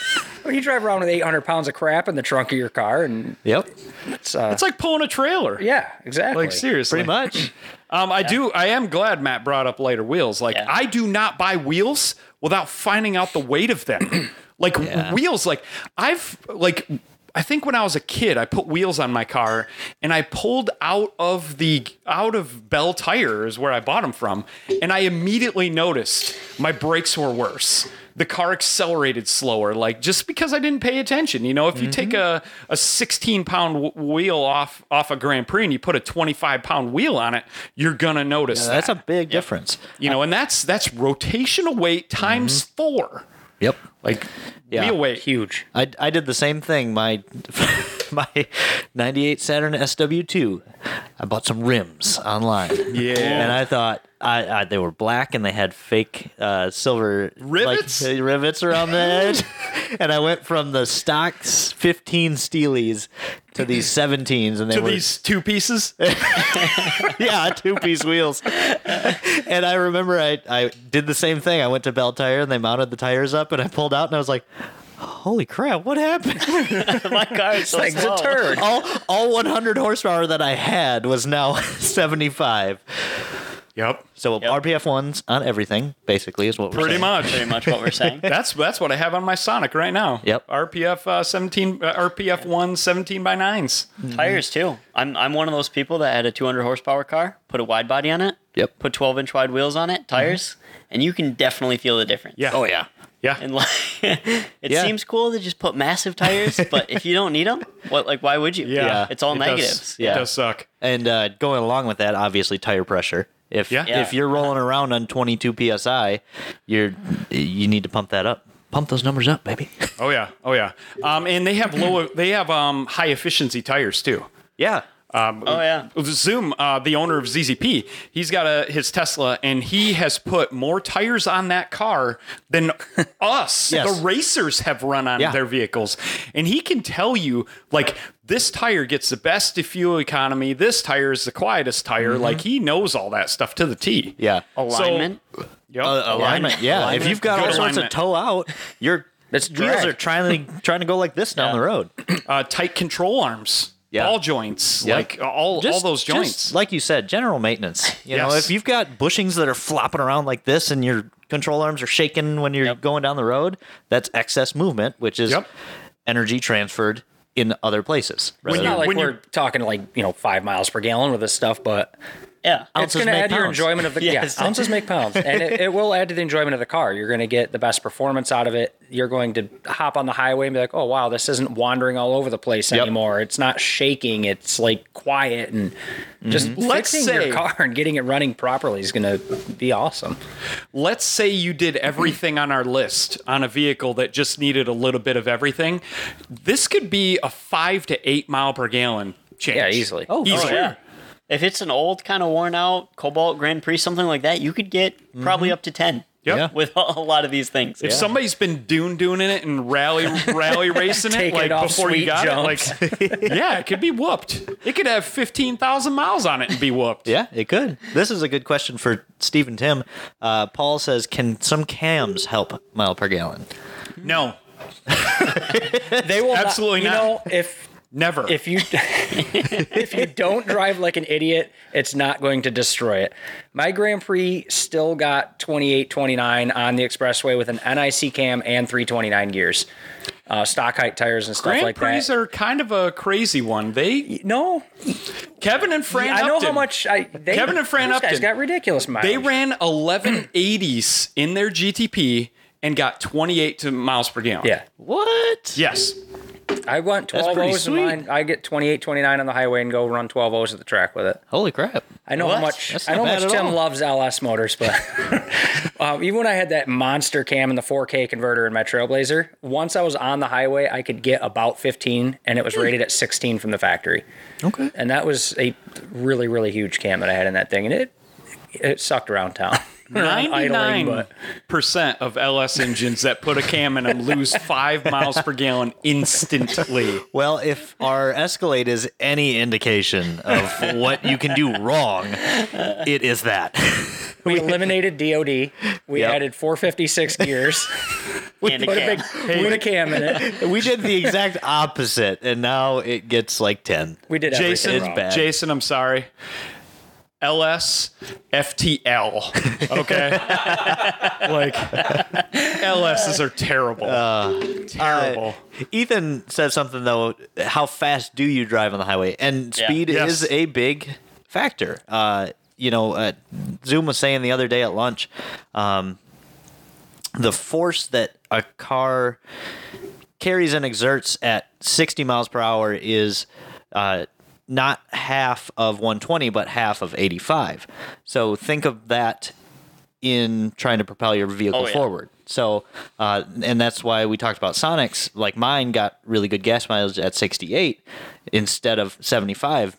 [SPEAKER 4] when you drive around with eight hundred pounds of crap in the trunk of your car, and
[SPEAKER 2] Yep.
[SPEAKER 4] it's, uh,
[SPEAKER 3] It's like pulling a trailer.
[SPEAKER 4] yeah, exactly.
[SPEAKER 3] Like seriously.
[SPEAKER 2] Pretty much.
[SPEAKER 3] Um, I do. I am glad Matt brought up lighter wheels. Like
[SPEAKER 1] Yeah.
[SPEAKER 3] I do not buy wheels without finding out the weight of them. like wheels. Like I've like I think when I was a kid, I put wheels on my car and I pulled out of the out of Bell Tire is where I bought them from, and I immediately noticed my brakes were worse. The car accelerated slower, like just because I didn't pay attention. You know, if you take a, a 16 pound w- wheel off off a Grand Prix and you put a 25 pound wheel on it, you're gonna notice that
[SPEAKER 2] That's a big difference.
[SPEAKER 3] you know, and that's that's rotational weight times four,
[SPEAKER 2] Yep.
[SPEAKER 3] like
[SPEAKER 2] Yeah.
[SPEAKER 3] wheel weight.
[SPEAKER 4] huge.
[SPEAKER 2] I, I did the same thing. My my 98 Saturn SW2. I bought some rims online.
[SPEAKER 3] Yeah.
[SPEAKER 2] And I thought I, I they were black and they had fake uh, silver
[SPEAKER 3] Rivets?
[SPEAKER 2] like, uh, rivets around the edge. and I went from the stock 15 Steelies to these 17s and they
[SPEAKER 3] to
[SPEAKER 2] were
[SPEAKER 3] these two pieces.
[SPEAKER 2] yeah, two piece wheels. and I remember I, I did the same thing. I went to Bell Tire and they mounted the tires up, and I pulled out and I was like, holy crap, what happened?
[SPEAKER 1] My car is so
[SPEAKER 4] Things
[SPEAKER 1] slow.
[SPEAKER 4] a turd.
[SPEAKER 2] all, all 100 horsepower that I had was now 75.
[SPEAKER 3] Yep.
[SPEAKER 2] So RPF ones on everything, basically, is what we're
[SPEAKER 3] Pretty
[SPEAKER 2] saying.
[SPEAKER 3] much.
[SPEAKER 1] Pretty much what we're saying.
[SPEAKER 3] That's that's what I have on my Sonic right now.
[SPEAKER 2] Yep.
[SPEAKER 3] RPF uh, 17 uh, RPF 1 17 by 9s.
[SPEAKER 1] Mm-hmm. Tires too. I'm I'm one of those people that had a 200 horsepower car, put a wide body on it,
[SPEAKER 2] Yep.
[SPEAKER 1] put 12 inch wide wheels on it, tires, and you can definitely feel the difference.
[SPEAKER 3] Yeah.
[SPEAKER 2] Oh, yeah.
[SPEAKER 3] Yeah.
[SPEAKER 1] And like, it
[SPEAKER 2] Yeah.
[SPEAKER 1] seems cool to just put massive tires, but if you don't need them, what like why would you?
[SPEAKER 2] Yeah.
[SPEAKER 1] It's all
[SPEAKER 3] It does-
[SPEAKER 1] negatives.
[SPEAKER 3] It does suck.
[SPEAKER 2] And uh, going along with that, obviously, tire pressure. If,
[SPEAKER 3] Yeah. Yeah.
[SPEAKER 2] if you're rolling around on 22 psi, you're you need to pump that up. Pump those numbers up, baby.
[SPEAKER 3] Oh yeah. Oh yeah. Um, and they have low they have um, high efficiency tires too.
[SPEAKER 2] Yeah.
[SPEAKER 1] Oh yeah.
[SPEAKER 3] Zoom, uh, the owner of ZZP, he's got a, his Tesla, and he has put more tires on that car than us,
[SPEAKER 2] Yes.
[SPEAKER 3] the racers, have run on
[SPEAKER 2] Yeah.
[SPEAKER 3] their vehicles. And he can tell you, like, this tire gets the best fuel economy. This tire is the quietest tire. Like, he knows all that stuff to the T.
[SPEAKER 2] Mm-hmm. Yeah. Uh,
[SPEAKER 1] Alignment.
[SPEAKER 3] Yep.
[SPEAKER 2] alignment. Yeah, if you've got
[SPEAKER 3] Good
[SPEAKER 2] all sorts of
[SPEAKER 3] alignment.
[SPEAKER 2] toe out, your
[SPEAKER 4] That's
[SPEAKER 2] wheels
[SPEAKER 4] drag.
[SPEAKER 2] are trying to trying to go like this down the road.
[SPEAKER 3] uh, tight control arms,
[SPEAKER 2] Yeah.
[SPEAKER 3] ball joints,
[SPEAKER 2] Yeah.
[SPEAKER 3] like all
[SPEAKER 2] Just-
[SPEAKER 3] all those
[SPEAKER 2] just
[SPEAKER 3] joints.
[SPEAKER 2] like you said, general maintenance. You know,
[SPEAKER 3] Yes.
[SPEAKER 2] if you've got bushings that are flopping around like this and your control arms are shaking when you're going down the road, that's excess movement, which is
[SPEAKER 3] Yep.
[SPEAKER 2] energy transferred in other places.
[SPEAKER 4] It's
[SPEAKER 2] rather
[SPEAKER 4] not
[SPEAKER 2] than-
[SPEAKER 4] like
[SPEAKER 3] when
[SPEAKER 4] we're
[SPEAKER 3] you-
[SPEAKER 4] talking like you know five miles per gallon with this stuff, but
[SPEAKER 1] Yeah.
[SPEAKER 4] it's
[SPEAKER 2] Ounces
[SPEAKER 4] going to
[SPEAKER 2] make
[SPEAKER 4] add to your
[SPEAKER 2] pounds.
[SPEAKER 4] enjoyment of the
[SPEAKER 1] Yes.
[SPEAKER 4] yeah, ounces make pounds, and it, it will add to the enjoyment of the car. You're going to get the best performance out of it. You're going to hop on the highway and be like, oh wow, this isn't wandering all over the place anymore. It's not shaking. It's like quiet and just
[SPEAKER 3] Let's
[SPEAKER 4] fixing
[SPEAKER 3] say-
[SPEAKER 4] your car and getting it running properly is going to be awesome.
[SPEAKER 3] let's say you did everything on our list on a vehicle that just needed a little bit of everything. This could be a five to eight mile per gallon change.
[SPEAKER 4] Yeah, easily. Oh,
[SPEAKER 3] easily.
[SPEAKER 1] yeah. If it's an old kind of worn out Cobalt Grand Prix, something like that, you could get probably up to 10
[SPEAKER 3] Yep.
[SPEAKER 2] Mm-hmm. Yeah.
[SPEAKER 1] with a lot of these things.
[SPEAKER 3] If somebody's been dune doing it and rally rally racing it
[SPEAKER 4] Taking
[SPEAKER 3] like
[SPEAKER 4] it off
[SPEAKER 3] before you
[SPEAKER 4] sweet
[SPEAKER 3] got it, like yeah, it could be whooped. It could have fifteen thousand miles on it and be whooped.
[SPEAKER 2] Yeah, it could. This is a good question for Steve and Tim. Uh, Paul says, "Can some cams help mile per gallon?"
[SPEAKER 3] No,
[SPEAKER 4] They will
[SPEAKER 3] Absolutely
[SPEAKER 4] You
[SPEAKER 3] not.
[SPEAKER 4] know if.
[SPEAKER 3] never.
[SPEAKER 4] if you if you don't drive like an idiot, it's not going to destroy it. My Grand Prix still got 28, 29 on the expressway with an NIC cam and 329 gears, uh, stock height tires and stuff
[SPEAKER 3] Grand
[SPEAKER 4] like
[SPEAKER 3] Prix
[SPEAKER 4] that.
[SPEAKER 3] are kind of a crazy one. They
[SPEAKER 4] no,
[SPEAKER 3] Kevin and Fran.
[SPEAKER 4] I know how
[SPEAKER 3] Upton.
[SPEAKER 4] much I. They,
[SPEAKER 3] Kevin and Fran
[SPEAKER 4] those guys
[SPEAKER 3] Upton.
[SPEAKER 4] got ridiculous mileage.
[SPEAKER 3] They ran 1180s in their GTP and got 28 to miles per gallon.
[SPEAKER 4] Yeah,
[SPEAKER 2] What?
[SPEAKER 3] Yes.
[SPEAKER 4] I want 12
[SPEAKER 2] pretty
[SPEAKER 4] O's in
[SPEAKER 2] sweet.
[SPEAKER 4] mine. I get 28, 29 on the highway and go run 12 O's at the track with it.
[SPEAKER 2] Holy crap!
[SPEAKER 4] I know how much
[SPEAKER 2] That's
[SPEAKER 4] I know
[SPEAKER 2] not
[SPEAKER 4] how
[SPEAKER 2] bad
[SPEAKER 4] much
[SPEAKER 2] at
[SPEAKER 4] Tim
[SPEAKER 2] all.
[SPEAKER 4] loves LS motors, but um, even when I had that monster cam and the 4K converter in my Trailblazer, once I was on the highway, I could get about 15, and it
[SPEAKER 2] Hmm.
[SPEAKER 4] was rated at 16 from the factory,
[SPEAKER 2] Okay.
[SPEAKER 4] and that was a really really huge cam that I had in that thing, and it it sucked around town. Around idling,
[SPEAKER 3] 99% of LS engines that put a cam in them lose five miles per gallon instantly.
[SPEAKER 2] Well, if our Escalade is any indication of what you can do wrong, it is that.
[SPEAKER 4] we eliminated DOD. We
[SPEAKER 2] Yep.
[SPEAKER 4] added 456 gears.
[SPEAKER 1] and
[SPEAKER 4] put a
[SPEAKER 1] again,
[SPEAKER 4] big put a cam in it.
[SPEAKER 2] We did the exact opposite, and now it gets like 10.
[SPEAKER 4] We did
[SPEAKER 3] Jason,
[SPEAKER 4] everything
[SPEAKER 2] It's
[SPEAKER 4] wrong.
[SPEAKER 2] bad.
[SPEAKER 3] Jason, I'm sorry. LS FTL. Okay. like LSs are terrible. terrible.
[SPEAKER 2] Ethan said something, though how fast do you drive on the highway? And
[SPEAKER 1] Yeah.
[SPEAKER 2] speed
[SPEAKER 3] Yes.
[SPEAKER 2] is a big factor. Uh, you know, uh, Zoom was saying the other day at lunch um, the force that a car carries and exerts at 60 miles per hour is uh, not half of 120, but half of 85. So think of that in trying to propel your vehicle
[SPEAKER 1] Oh, yeah.
[SPEAKER 2] forward. So, uh, and that's why we talked about Sonics. Like mine got really good gas mileage at 68 instead of 75.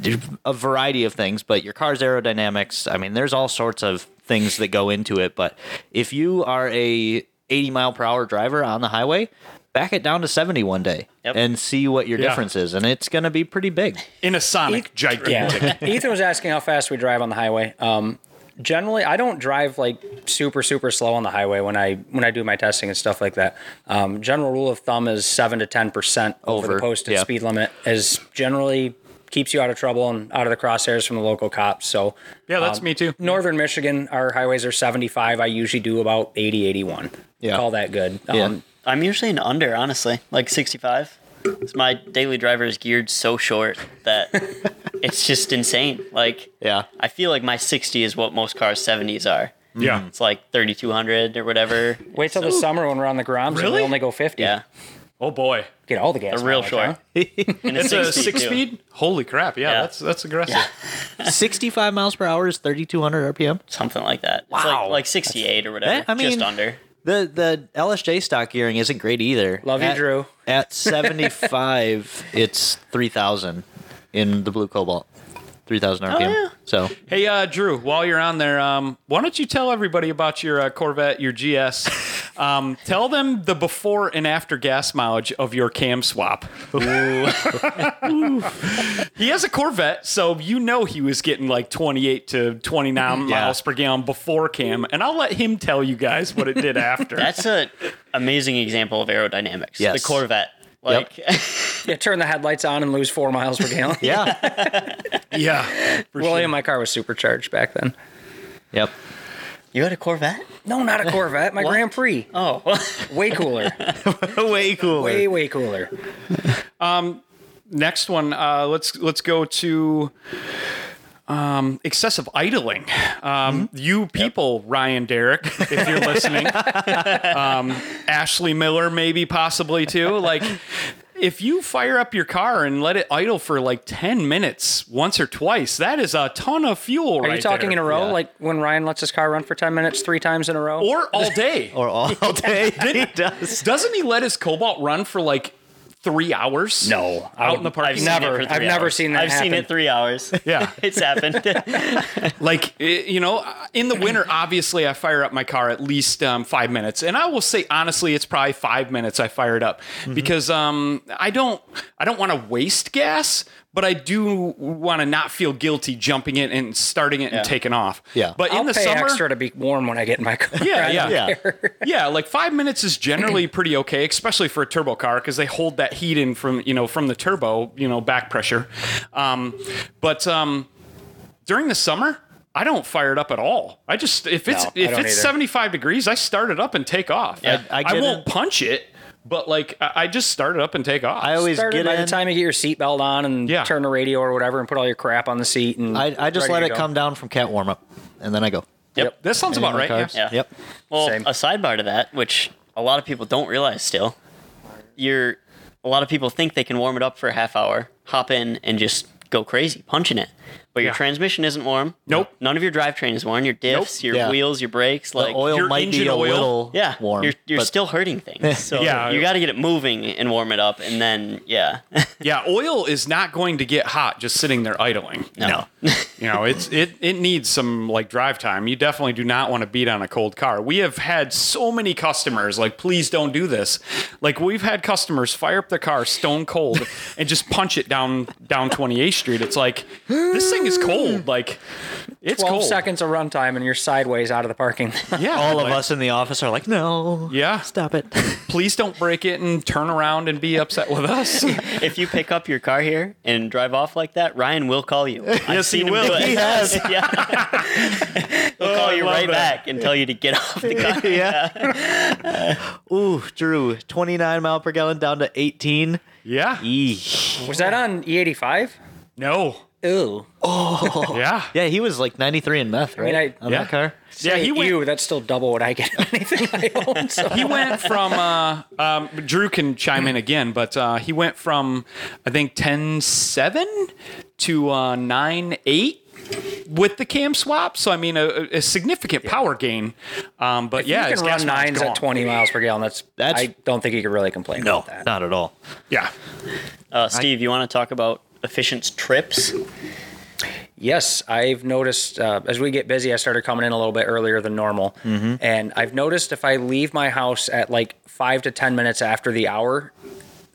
[SPEAKER 2] There's A variety of things, but your car's aerodynamics. I mean, there's all sorts of things that go into it. But if you are a 80 mile per hour driver on the highway, back it down to 70 one day
[SPEAKER 1] Yep.
[SPEAKER 2] and see what your
[SPEAKER 3] Yeah.
[SPEAKER 2] difference is, and it's going to be pretty big.
[SPEAKER 3] in a Sonic gigantic.
[SPEAKER 4] Yeah. Ethan was asking how fast we drive on the highway. Um, generally, I don't drive like super super slow on the highway when I when I do my testing and stuff like that. Um, general rule of thumb is seven to ten percent over,
[SPEAKER 2] Over,
[SPEAKER 4] the posted
[SPEAKER 2] yeah.
[SPEAKER 4] speed limit is generally keeps you out of trouble and out of the crosshairs from the local cops. So
[SPEAKER 3] Yeah, that's me too.
[SPEAKER 4] Northern Michigan, our highways are 75. I usually do about 80, 81.
[SPEAKER 2] Yeah.
[SPEAKER 4] Call that good. Um,
[SPEAKER 2] Yeah.
[SPEAKER 1] I'm usually an under, honestly, like 65. 'Cause My daily driver is geared so short that it's just insane. Like,
[SPEAKER 2] Yeah.
[SPEAKER 1] I feel like my 60 is what most cars' 70s are.
[SPEAKER 3] Yeah.
[SPEAKER 1] It's like 3200 or whatever.
[SPEAKER 4] Wait till the summer when we're on the Groms and
[SPEAKER 3] Really?
[SPEAKER 4] we only go 50.
[SPEAKER 1] Yeah,
[SPEAKER 3] Oh boy.
[SPEAKER 4] Get all the gas.
[SPEAKER 1] they're real
[SPEAKER 4] mileage,
[SPEAKER 1] short.
[SPEAKER 4] huh?
[SPEAKER 1] And
[SPEAKER 3] It's a
[SPEAKER 1] 60,
[SPEAKER 3] Uh, six
[SPEAKER 1] too.
[SPEAKER 3] speed? Holy crap. Yeah, that's that's aggressive.
[SPEAKER 2] 65 miles per hour is 3,200 RPM.
[SPEAKER 1] something like that. It's
[SPEAKER 2] Wow.
[SPEAKER 1] like, like 68 or whatever.
[SPEAKER 2] That- I mean,
[SPEAKER 1] just under.
[SPEAKER 2] The the LSJ stock gearing isn't great either.
[SPEAKER 4] Love you,
[SPEAKER 2] At-
[SPEAKER 4] Drew.
[SPEAKER 2] At 75, it's 3,000 in the blue cobalt. 3,000 RPM.
[SPEAKER 1] yeah.
[SPEAKER 2] So
[SPEAKER 3] Hey, uh, Drew, while you're on there, um, why don't you tell everybody about your uh, Corvette, your GS? Um, tell them the before and after gas mileage of your cam swap. he has a Corvette, so you know he was getting like 28 to 29
[SPEAKER 2] Yeah.
[SPEAKER 3] miles per gallon before cam, and I'll let him tell you guys what it did after.
[SPEAKER 1] That's an amazing example of aerodynamics.
[SPEAKER 2] Yes.
[SPEAKER 1] The Corvette. Like,
[SPEAKER 4] Yeah, turn the headlights on and lose four miles per gallon.
[SPEAKER 2] yeah.
[SPEAKER 3] yeah, for sure.
[SPEAKER 4] William, my car was supercharged back then.
[SPEAKER 2] yep.
[SPEAKER 1] you had a Corvette?
[SPEAKER 4] No, not a Corvette. My Grand Prix.
[SPEAKER 1] Oh,
[SPEAKER 4] Way cooler.
[SPEAKER 2] Way cooler.
[SPEAKER 4] way, way cooler.
[SPEAKER 3] Next one, uh, let's let's go to um, excessive idling. Um,
[SPEAKER 4] Mm-hmm.
[SPEAKER 3] You people, Ryan Derrick, if you're listening, um, Ashley Miller, maybe possibly too. Like, if you fire up your car and let it idle for like ten minutes once or twice, that is a ton of fuel.
[SPEAKER 4] Are you talking in a row? Like when Ryan lets his car run for 10 minutes three times in a row?
[SPEAKER 3] or all day?
[SPEAKER 2] Or all day. he does.
[SPEAKER 3] Doesn't he let his Cobalt run for like three hours?
[SPEAKER 4] no. I
[SPEAKER 3] out
[SPEAKER 4] would-
[SPEAKER 3] in the parking. lot?
[SPEAKER 4] never- I've never seen that
[SPEAKER 1] I've seen
[SPEAKER 4] happen.
[SPEAKER 1] it three hours.
[SPEAKER 3] Yeah.
[SPEAKER 1] it's happened.
[SPEAKER 3] like i- you know uh, in the winter obviously i fire up my car at least um, five minutes and i will say honestly it's probably five minutes i fire it up
[SPEAKER 2] Mm-hmm.
[SPEAKER 3] because um, i don't i don't want to waste gas but i do want to not feel guilty jumping it and starting it and taking off
[SPEAKER 2] Yeah.
[SPEAKER 3] but in
[SPEAKER 4] I'll
[SPEAKER 3] the
[SPEAKER 4] pay
[SPEAKER 3] summer
[SPEAKER 4] extra to be warm when I get in my car.
[SPEAKER 3] yeah,
[SPEAKER 4] I
[SPEAKER 3] yeah,
[SPEAKER 4] don't
[SPEAKER 3] yeah.
[SPEAKER 4] care.
[SPEAKER 3] yeah, like five minutes is generally pretty okay, especially for a turbo car because they hold that heat in from you know from the turbo, you know, back pressure. Um, but um, during the summer, I don't fire it up at all. I just if it's
[SPEAKER 4] No, I
[SPEAKER 3] if
[SPEAKER 4] don't
[SPEAKER 3] it's
[SPEAKER 4] either.
[SPEAKER 3] seventy five degrees, I start it up and take off.
[SPEAKER 1] Yeah,
[SPEAKER 2] I
[SPEAKER 3] I,
[SPEAKER 2] get
[SPEAKER 3] won't
[SPEAKER 2] it.
[SPEAKER 3] punch it, but like I, I just start it up and take off.
[SPEAKER 2] I always
[SPEAKER 4] started
[SPEAKER 2] get
[SPEAKER 4] by
[SPEAKER 2] in.
[SPEAKER 4] the time you get your seatbelt on and
[SPEAKER 3] Yeah.
[SPEAKER 4] turn the radio or whatever and put all your crap on the seat and
[SPEAKER 2] I, I just
[SPEAKER 4] ready
[SPEAKER 2] let
[SPEAKER 4] to
[SPEAKER 2] it
[SPEAKER 4] go.
[SPEAKER 2] come down from cat warm up and then I go.
[SPEAKER 1] yep.
[SPEAKER 3] that sounds about right. Yeah.
[SPEAKER 1] Yeah.
[SPEAKER 2] Yep.
[SPEAKER 1] Well,
[SPEAKER 4] Same.
[SPEAKER 1] a sidebar to that, which a lot of people don't realize still, you're a lot of people think they can warm it up for a half hour, hop in, and just go crazy punching it. But your
[SPEAKER 3] Yeah.
[SPEAKER 1] transmission isn't warm.
[SPEAKER 3] Nope.
[SPEAKER 1] None of your drivetrain is warm. Your diffs, your
[SPEAKER 2] Yeah.
[SPEAKER 1] wheels, your brakes,
[SPEAKER 2] The
[SPEAKER 1] like
[SPEAKER 2] oil
[SPEAKER 3] your
[SPEAKER 2] might be
[SPEAKER 3] engine
[SPEAKER 2] a
[SPEAKER 3] oil-
[SPEAKER 2] little
[SPEAKER 1] yeah,
[SPEAKER 2] warm.
[SPEAKER 1] You're, you're
[SPEAKER 2] but
[SPEAKER 1] still hurting things. So
[SPEAKER 3] Yeah.
[SPEAKER 1] you got to get it moving and warm it up, and then yeah,
[SPEAKER 3] Yeah, oil is not going to get hot just sitting there idling.
[SPEAKER 1] no,
[SPEAKER 3] You know, it's it it needs some like drive time. You definitely do not want to beat on a cold car. We have had so many customers like, please don't do this. Like we've had customers fire up their car stone cold and just punch it down down 28th Street. It's like this thing is cold. Like it's
[SPEAKER 4] 12
[SPEAKER 3] cold.
[SPEAKER 4] seconds of runtime and you're sideways out of the parking lot.
[SPEAKER 3] Yeah,
[SPEAKER 2] all of
[SPEAKER 3] like,
[SPEAKER 2] us in the office are like, no.
[SPEAKER 3] Yeah.
[SPEAKER 2] Stop it.
[SPEAKER 3] Please don't break it and turn around and be upset with us.
[SPEAKER 1] if you pick up your car here and drive off like that, Ryan will call you. I've
[SPEAKER 3] Yes, he
[SPEAKER 1] seen him
[SPEAKER 3] will.
[SPEAKER 1] do it.
[SPEAKER 2] He has.
[SPEAKER 1] yeah. He'll call
[SPEAKER 3] I
[SPEAKER 1] you
[SPEAKER 3] love
[SPEAKER 1] right
[SPEAKER 3] that.
[SPEAKER 1] back and tell you to get off the car.
[SPEAKER 2] yeah. Ooh, Drew, 29 mile per gallon down to 18.
[SPEAKER 3] Yeah.
[SPEAKER 2] Eesh.
[SPEAKER 4] Was that on E E85?
[SPEAKER 3] No.
[SPEAKER 4] Ew.
[SPEAKER 3] Yeah.
[SPEAKER 2] Yeah, he was like 93 in meth, right?
[SPEAKER 4] mean, I-
[SPEAKER 2] on
[SPEAKER 3] Yeah.
[SPEAKER 2] that car.
[SPEAKER 3] Yeah, he went-
[SPEAKER 4] Ew, that's still double what I get on anything I own. So.
[SPEAKER 3] he went from uh, um, Drew can chime in again, but uh, he went from I think ten seven to uh, nine eight with the cam swap. So I mean, a, a significant power gain. Um, but yeah,
[SPEAKER 4] you
[SPEAKER 3] his
[SPEAKER 4] can run
[SPEAKER 3] gas mileage
[SPEAKER 4] nines
[SPEAKER 3] gone.
[SPEAKER 4] at 20 miles per gallon. That's,
[SPEAKER 2] That's-
[SPEAKER 4] I don't think you could really complain
[SPEAKER 2] No,
[SPEAKER 4] about that.
[SPEAKER 2] not at all.
[SPEAKER 3] Yeah,
[SPEAKER 1] Uh, Steve, you want to talk about efficient trips?
[SPEAKER 4] Yes, I've noticed uh, as we get busy, I started coming in a little bit earlier than normal.
[SPEAKER 2] Mm-hmm.
[SPEAKER 4] And I've noticed if I leave my house at like five to 10 minutes after the hour,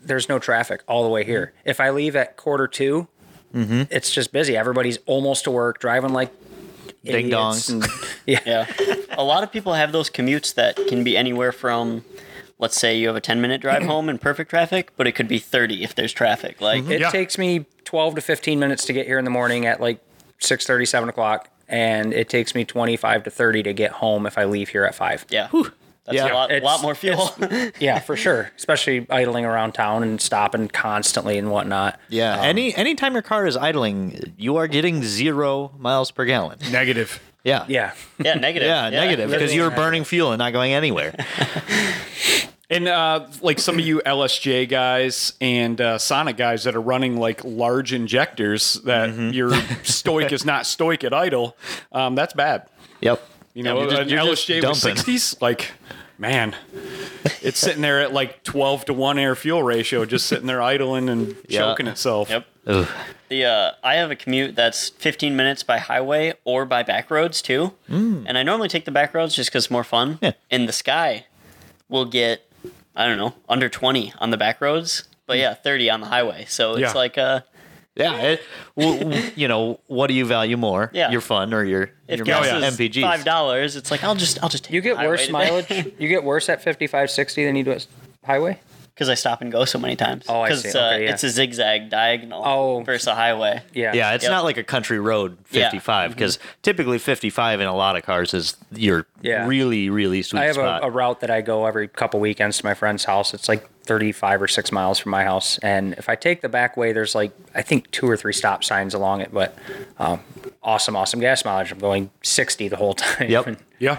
[SPEAKER 4] there's no traffic all the way here.
[SPEAKER 2] Mm-hmm.
[SPEAKER 4] If I leave at quarter 2 it's just busy. Everybody's almost to work, driving like
[SPEAKER 2] Ding dongs.
[SPEAKER 4] idiots and- yeah.
[SPEAKER 1] Yeah. a lot of people have those commutes that can be anywhere from, let's say you have a 10 minute drive home in perfect traffic, but it could be 30 if there's traffic. Like,
[SPEAKER 2] Mm-hmm.
[SPEAKER 4] It
[SPEAKER 3] Yeah.
[SPEAKER 4] takes me 12 to 15 minutes to get here in the morning at like 6 7 o'clock. And it takes me 25 to 30 to get home if I leave here at 5.
[SPEAKER 1] yeah. That's
[SPEAKER 2] Yeah.
[SPEAKER 1] a lot,
[SPEAKER 4] It's-
[SPEAKER 1] lot more fuel.
[SPEAKER 4] Yeah, for sure. Especially idling around town and stopping constantly and whatnot.
[SPEAKER 2] Yeah. Any anytime your car is idling, you are getting zero miles per gallon.
[SPEAKER 3] negative.
[SPEAKER 2] Yeah.
[SPEAKER 4] Yeah.
[SPEAKER 1] yeah, negative.
[SPEAKER 2] Yeah, negative because you're burning fuel and not going anywhere.
[SPEAKER 3] And uh, like some of you LSJ guys and uh, Sonic guys that are running like large injectors that
[SPEAKER 4] Mm-hmm.
[SPEAKER 3] your stoic is not stoic at idle, um, that's bad.
[SPEAKER 2] yep.
[SPEAKER 3] You know,
[SPEAKER 2] You're just-
[SPEAKER 3] an
[SPEAKER 2] you're just
[SPEAKER 3] LSJ with
[SPEAKER 2] dumping.
[SPEAKER 3] 60s, like, man, it's sitting there at like 12 to 1 air fuel ratio, just sitting there idling and
[SPEAKER 2] Yeah.
[SPEAKER 3] choking itself.
[SPEAKER 1] Yep.
[SPEAKER 2] Ugh.
[SPEAKER 1] The uh, I have a commute that's 15 minutes by highway or by back roads too, and I normally take the back roads just because it's more fun.
[SPEAKER 2] Yeah.
[SPEAKER 1] And the sky will get I don't know under 20 on the back roads, but yeah, 30 on the highway. So it's
[SPEAKER 3] Yeah.
[SPEAKER 1] like uh,
[SPEAKER 2] Yeah. It, w- w- you know, what do you value more?
[SPEAKER 1] Yeah.
[SPEAKER 2] Your fun or your,
[SPEAKER 1] if
[SPEAKER 2] your
[SPEAKER 1] gas
[SPEAKER 3] yeah.
[SPEAKER 1] is
[SPEAKER 2] MPGs?
[SPEAKER 1] five dollars, it's like I'll just I'll just take
[SPEAKER 4] You get worse mileage. you get worse at 55, 60 than you do at s- highway.
[SPEAKER 1] because I stop and go so many times.
[SPEAKER 4] Oh, I
[SPEAKER 1] 'Cause
[SPEAKER 4] see.
[SPEAKER 1] It's, uh,
[SPEAKER 4] Okay, yeah.
[SPEAKER 1] it's a zigzag diagonal
[SPEAKER 4] Oh.
[SPEAKER 1] versus a highway.
[SPEAKER 4] Yeah.
[SPEAKER 2] Yeah, it's
[SPEAKER 1] Yep.
[SPEAKER 2] not like a country road
[SPEAKER 1] Yeah.
[SPEAKER 2] 55 because typically 55 in a lot of cars is your
[SPEAKER 4] Yeah.
[SPEAKER 2] really really sweet
[SPEAKER 4] I have a,
[SPEAKER 2] spot.
[SPEAKER 4] a route that I go every couple weekends to my friend's house. It's like 35 or 6 miles from my house. And if I take the back way, there's like, I think two or three stop signs along it, but um, awesome, awesome gas mileage. I'm going 60 the whole time.
[SPEAKER 2] Yep.
[SPEAKER 4] And,
[SPEAKER 3] Yeah.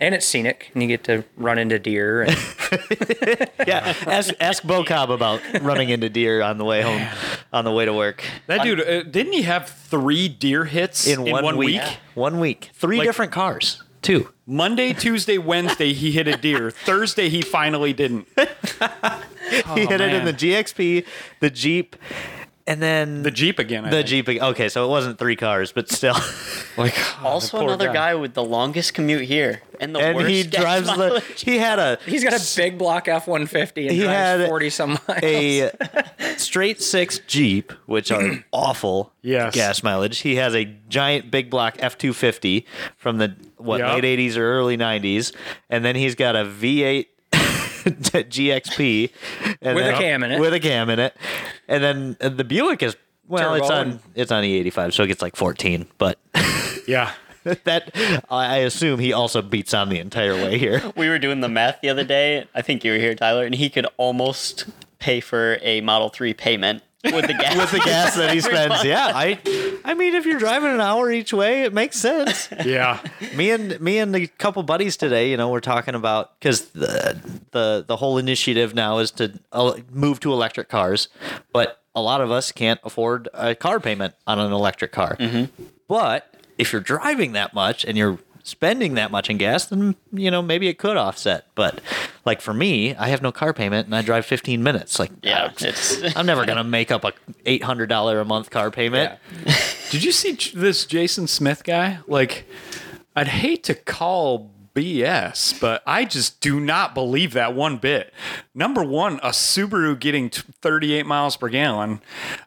[SPEAKER 4] and it's scenic, and you get to run into deer. And
[SPEAKER 2] yeah, ask ask Bo Cobb about running into deer on the way home, on the way to work
[SPEAKER 3] That dude, uh, didn't he have three deer hits
[SPEAKER 2] in, one, week.
[SPEAKER 3] week?
[SPEAKER 2] One week, three
[SPEAKER 3] Like-
[SPEAKER 2] different cars, two.
[SPEAKER 3] Monday, Tuesday, Wednesday, he hit a deer. Thursday, he finally didn't.
[SPEAKER 2] he hit it in
[SPEAKER 3] Oh, man.
[SPEAKER 2] the GXP, the Jeep, and then
[SPEAKER 3] The Jeep again. I
[SPEAKER 2] The
[SPEAKER 3] think.
[SPEAKER 2] Jeep. Okay, so it wasn't three cars, but still.
[SPEAKER 3] Like,
[SPEAKER 1] Also, another guy. with the longest commute here and the
[SPEAKER 2] and
[SPEAKER 1] worst
[SPEAKER 2] he
[SPEAKER 1] gas
[SPEAKER 2] drives the.
[SPEAKER 1] mileage.
[SPEAKER 2] He had a
[SPEAKER 4] He's got a big block F 150 and
[SPEAKER 2] He
[SPEAKER 4] drives
[SPEAKER 2] had
[SPEAKER 4] 40 some miles.
[SPEAKER 2] a straight six Jeep, which are awful
[SPEAKER 3] Yes.
[SPEAKER 2] gas mileage. He has a giant big block F two fifty from the what
[SPEAKER 3] Yeah.
[SPEAKER 2] late eighties or early nineties, and then he's got a V eight GXP and
[SPEAKER 4] With a
[SPEAKER 2] then-
[SPEAKER 4] cam in it.
[SPEAKER 2] With a cam in it, and then uh, the Buick is well, it's
[SPEAKER 4] Turbo
[SPEAKER 2] on
[SPEAKER 4] and-
[SPEAKER 2] it's on E eighty five, so it gets like fourteen, but.
[SPEAKER 3] yeah.
[SPEAKER 2] That I I assume he also beats on the entire way here.
[SPEAKER 1] we were doing the math the other day. I think you were here, Tyler, and he could almost pay for a Model Three payment with the gas.
[SPEAKER 2] with the gas that he spends. Yeah, I, I mean, if you're driving an hour each way, it makes sense.
[SPEAKER 3] Yeah.
[SPEAKER 2] me and me and a couple buddies today, you know, we're talking about because the the the whole initiative now is to el- move to electric cars, but a lot of us can't afford a car payment on an electric car. But if you're driving that much and you're spending that much in gas, then you know maybe it could offset. But like for me, I have no car payment and I drive 15 minutes. Like
[SPEAKER 1] yeah, it's
[SPEAKER 2] I'm never gonna make up a eight hundred dollar a month car payment.
[SPEAKER 3] Did you see J- this Jason Smith guy? Like, I'd hate to call BS, but I just do not believe that one bit. Number one, a Subaru getting t- 38 miles per gallon,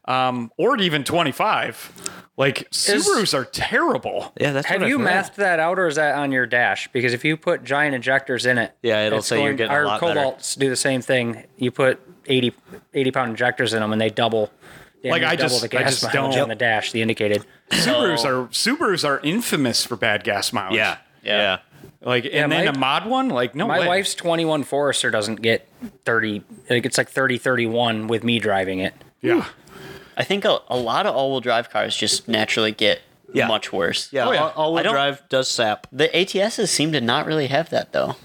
[SPEAKER 3] um, or even 25. Like, Subarus are terrible.
[SPEAKER 2] Yeah, that's
[SPEAKER 4] Have
[SPEAKER 2] what
[SPEAKER 4] you
[SPEAKER 2] I've heard.
[SPEAKER 4] mathed that out, or is that on your dash? Because if you put giant injectors in it,
[SPEAKER 2] Yeah, it'll
[SPEAKER 4] it's
[SPEAKER 2] say you're getting a
[SPEAKER 4] Our
[SPEAKER 2] lot better.
[SPEAKER 4] cobalts do the same thing. You put 80, 80 pound injectors in them, and they double. they
[SPEAKER 3] Like,
[SPEAKER 4] only
[SPEAKER 3] I
[SPEAKER 4] double
[SPEAKER 3] just-
[SPEAKER 4] the
[SPEAKER 3] I
[SPEAKER 4] gas
[SPEAKER 3] just
[SPEAKER 4] mileage
[SPEAKER 3] don't.
[SPEAKER 4] on the dash, the indicated.
[SPEAKER 3] Subarus are Subarus are infamous for bad gas mileage.
[SPEAKER 2] Yeah, yeah,
[SPEAKER 1] Yeah.
[SPEAKER 3] Like, and
[SPEAKER 4] Yeah,
[SPEAKER 3] then
[SPEAKER 4] my-
[SPEAKER 3] a mod one, like, no
[SPEAKER 4] My
[SPEAKER 3] way.
[SPEAKER 4] wife's twenty one Forester doesn't get thirty. Like it's like 30, 31 with me driving it.
[SPEAKER 3] yeah.
[SPEAKER 1] I think a, a lot of all-wheel drive cars just naturally get
[SPEAKER 2] Yeah.
[SPEAKER 1] much worse.
[SPEAKER 2] yeah.
[SPEAKER 3] Oh, yeah.
[SPEAKER 2] All, all-wheel
[SPEAKER 1] I don't-
[SPEAKER 2] drive does sap.
[SPEAKER 1] The ATSs seem to not really have that though.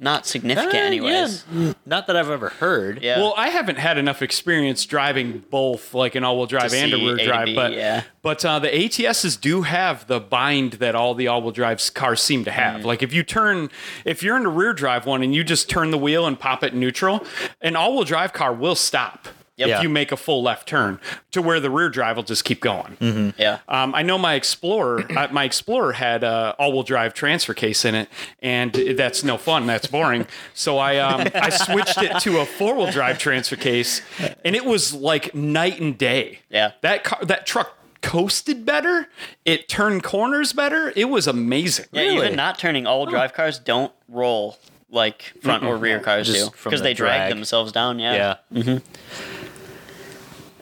[SPEAKER 1] not significant, anyways.
[SPEAKER 2] Uh, Yeah, not that I've ever heard.
[SPEAKER 1] Uh, Yeah.
[SPEAKER 3] Well, I haven't had enough experience driving both, like an all-wheel drive
[SPEAKER 1] To
[SPEAKER 3] and a
[SPEAKER 1] see
[SPEAKER 3] rear
[SPEAKER 1] A to
[SPEAKER 3] drive,
[SPEAKER 1] B,
[SPEAKER 3] but
[SPEAKER 1] yeah.
[SPEAKER 3] but uh, the ATSs do have the bind that all the all-wheel drives cars seem to
[SPEAKER 1] Mm.
[SPEAKER 3] have. Like if you turn, if you're in a rear drive one and you just turn the wheel and pop it in neutral, an all-wheel drive car will stop. If
[SPEAKER 2] Yeah.
[SPEAKER 3] you make a full left turn to where the rear drive will just keep going.
[SPEAKER 1] yeah.
[SPEAKER 3] Um, I know my Explorer, uh, my Explorer had a all-wheel drive transfer case in it, and that's no fun. That's boring. So I um, I switched it to a four-wheel drive transfer case, and it was like night and day.
[SPEAKER 1] Yeah.
[SPEAKER 3] that car, that truck coasted better. It turned corners better. It was amazing.
[SPEAKER 1] Yeah, even not turning all drive cars don't roll like front or rear cars do
[SPEAKER 2] Just from
[SPEAKER 1] because
[SPEAKER 2] the
[SPEAKER 1] they drag,
[SPEAKER 2] drag.
[SPEAKER 1] themselves down. Yeah. Mm-hmm.
[SPEAKER 2] Yeah.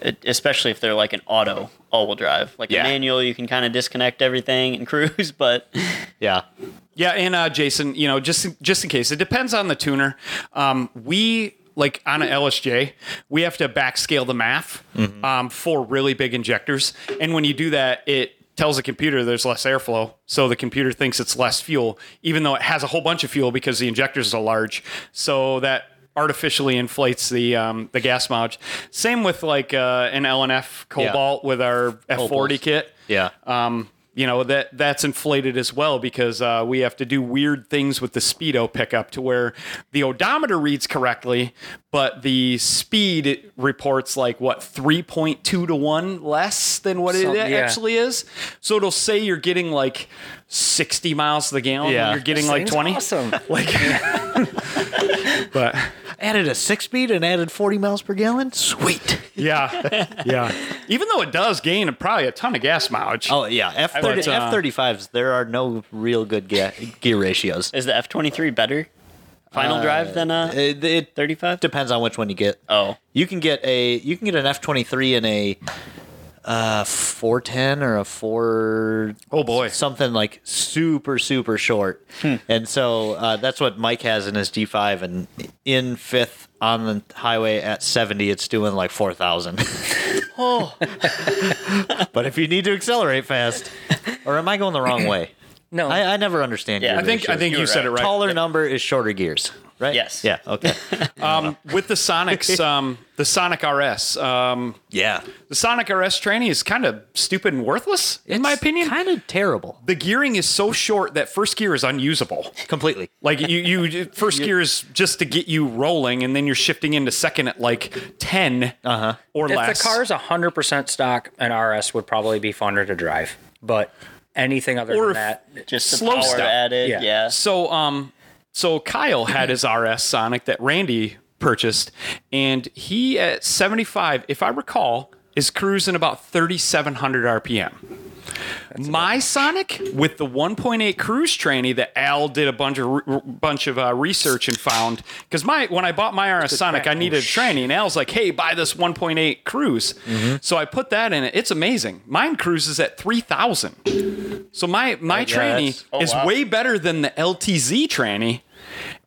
[SPEAKER 1] It- especially if they're like an auto all-wheel drive, like
[SPEAKER 3] Yeah.
[SPEAKER 1] a manual, you can kind of disconnect everything and cruise. But
[SPEAKER 2] Yeah.
[SPEAKER 3] Yeah, and uh, Jason, you know, just just in case, it depends on the tuner. Um, we like on an LSJ, we have to backscale the math um, for really big injectors, and when you do that, it tells the computer there's less airflow, so the computer thinks it's less fuel, even though it has a whole bunch of fuel because the injectors are large. So that artificially inflates the um, the gas mileage. Same with like uh, an LNF Cobalt with our F40 kit
[SPEAKER 2] Yeah.
[SPEAKER 3] um, you know that that's inflated as well because uh, we have to do weird things with the speedo pickup to where the odometer reads correctly, but the speed reports like what three point two to one less than what
[SPEAKER 4] Some-
[SPEAKER 3] it
[SPEAKER 4] yeah.
[SPEAKER 3] actually is. So it'll say you're getting like sixty miles to the gallon.
[SPEAKER 2] Yeah.
[SPEAKER 3] Yeah. you're getting
[SPEAKER 4] This
[SPEAKER 3] like
[SPEAKER 4] thing's
[SPEAKER 3] twenty.
[SPEAKER 4] Awesome.
[SPEAKER 3] Like, but
[SPEAKER 2] added a six speed and added 40 miles per gallon. Sweet.
[SPEAKER 3] yeah, yeah. Even though it does gain probably a ton of gas mileage.
[SPEAKER 2] Oh, yeah. F
[SPEAKER 3] would, uh,
[SPEAKER 2] F35s, there are no real good ga- gear ratios.
[SPEAKER 1] is the F twenty three better final drive than a
[SPEAKER 2] Uh, It, it
[SPEAKER 1] thirty five?
[SPEAKER 2] depends on which one you get.
[SPEAKER 1] Oh,
[SPEAKER 2] You can get a you can get an F twenty three and a uh four ten or a four
[SPEAKER 3] Oh, boy.
[SPEAKER 2] something like super super short,
[SPEAKER 3] Hmm.
[SPEAKER 2] and so uh, that's what Mike has in his G five and in fifth on the highway at seventy it's doing like four thousand. oh, but if you need to accelerate fast, or am I going the wrong way?
[SPEAKER 4] No,
[SPEAKER 2] I, I never understand.
[SPEAKER 1] Yeah,
[SPEAKER 2] gear
[SPEAKER 3] I think I
[SPEAKER 2] ratios.
[SPEAKER 3] think you,
[SPEAKER 1] were
[SPEAKER 3] said it right.
[SPEAKER 2] taller number is shorter gears, right?
[SPEAKER 1] Yes.
[SPEAKER 2] Yeah. Okay.
[SPEAKER 3] um, with the Sonics, um, the Sonic RS, um,
[SPEAKER 2] yeah.
[SPEAKER 3] the Sonic RS tranny is kind of stupid and worthless, in my opinion.
[SPEAKER 2] kind of terrible.
[SPEAKER 3] the gearing is so short that first gear is unusable.
[SPEAKER 2] Completely.
[SPEAKER 3] Like you, you first gear is just to get you rolling, and then you're shifting into second at like ten uh-huh. or
[SPEAKER 4] if
[SPEAKER 3] less.
[SPEAKER 4] the car's 100% stock, an RS would probably be funner to drive. But anything other
[SPEAKER 3] Or
[SPEAKER 4] than that,
[SPEAKER 1] just the
[SPEAKER 3] Slow
[SPEAKER 1] power
[SPEAKER 3] stop.
[SPEAKER 1] added.
[SPEAKER 4] Yeah.
[SPEAKER 1] Yeah.
[SPEAKER 3] So um so Kyle had his RS Sonic that Randy purchased and he at 75 if I recall is cruising about 3700 rpm. My Sonic with the 1.8 cruise tranny that Al did a bunch of re- bunch of uh, research and found because my when I bought my RS Sonic I needed a tranny and Al's like hey buy this 1.8 cruise so I put that in it it's amazing mine cruises at 3000 so my my tranny
[SPEAKER 2] that's-
[SPEAKER 1] oh,
[SPEAKER 3] is
[SPEAKER 1] wow.
[SPEAKER 3] way better than the LTZ tranny.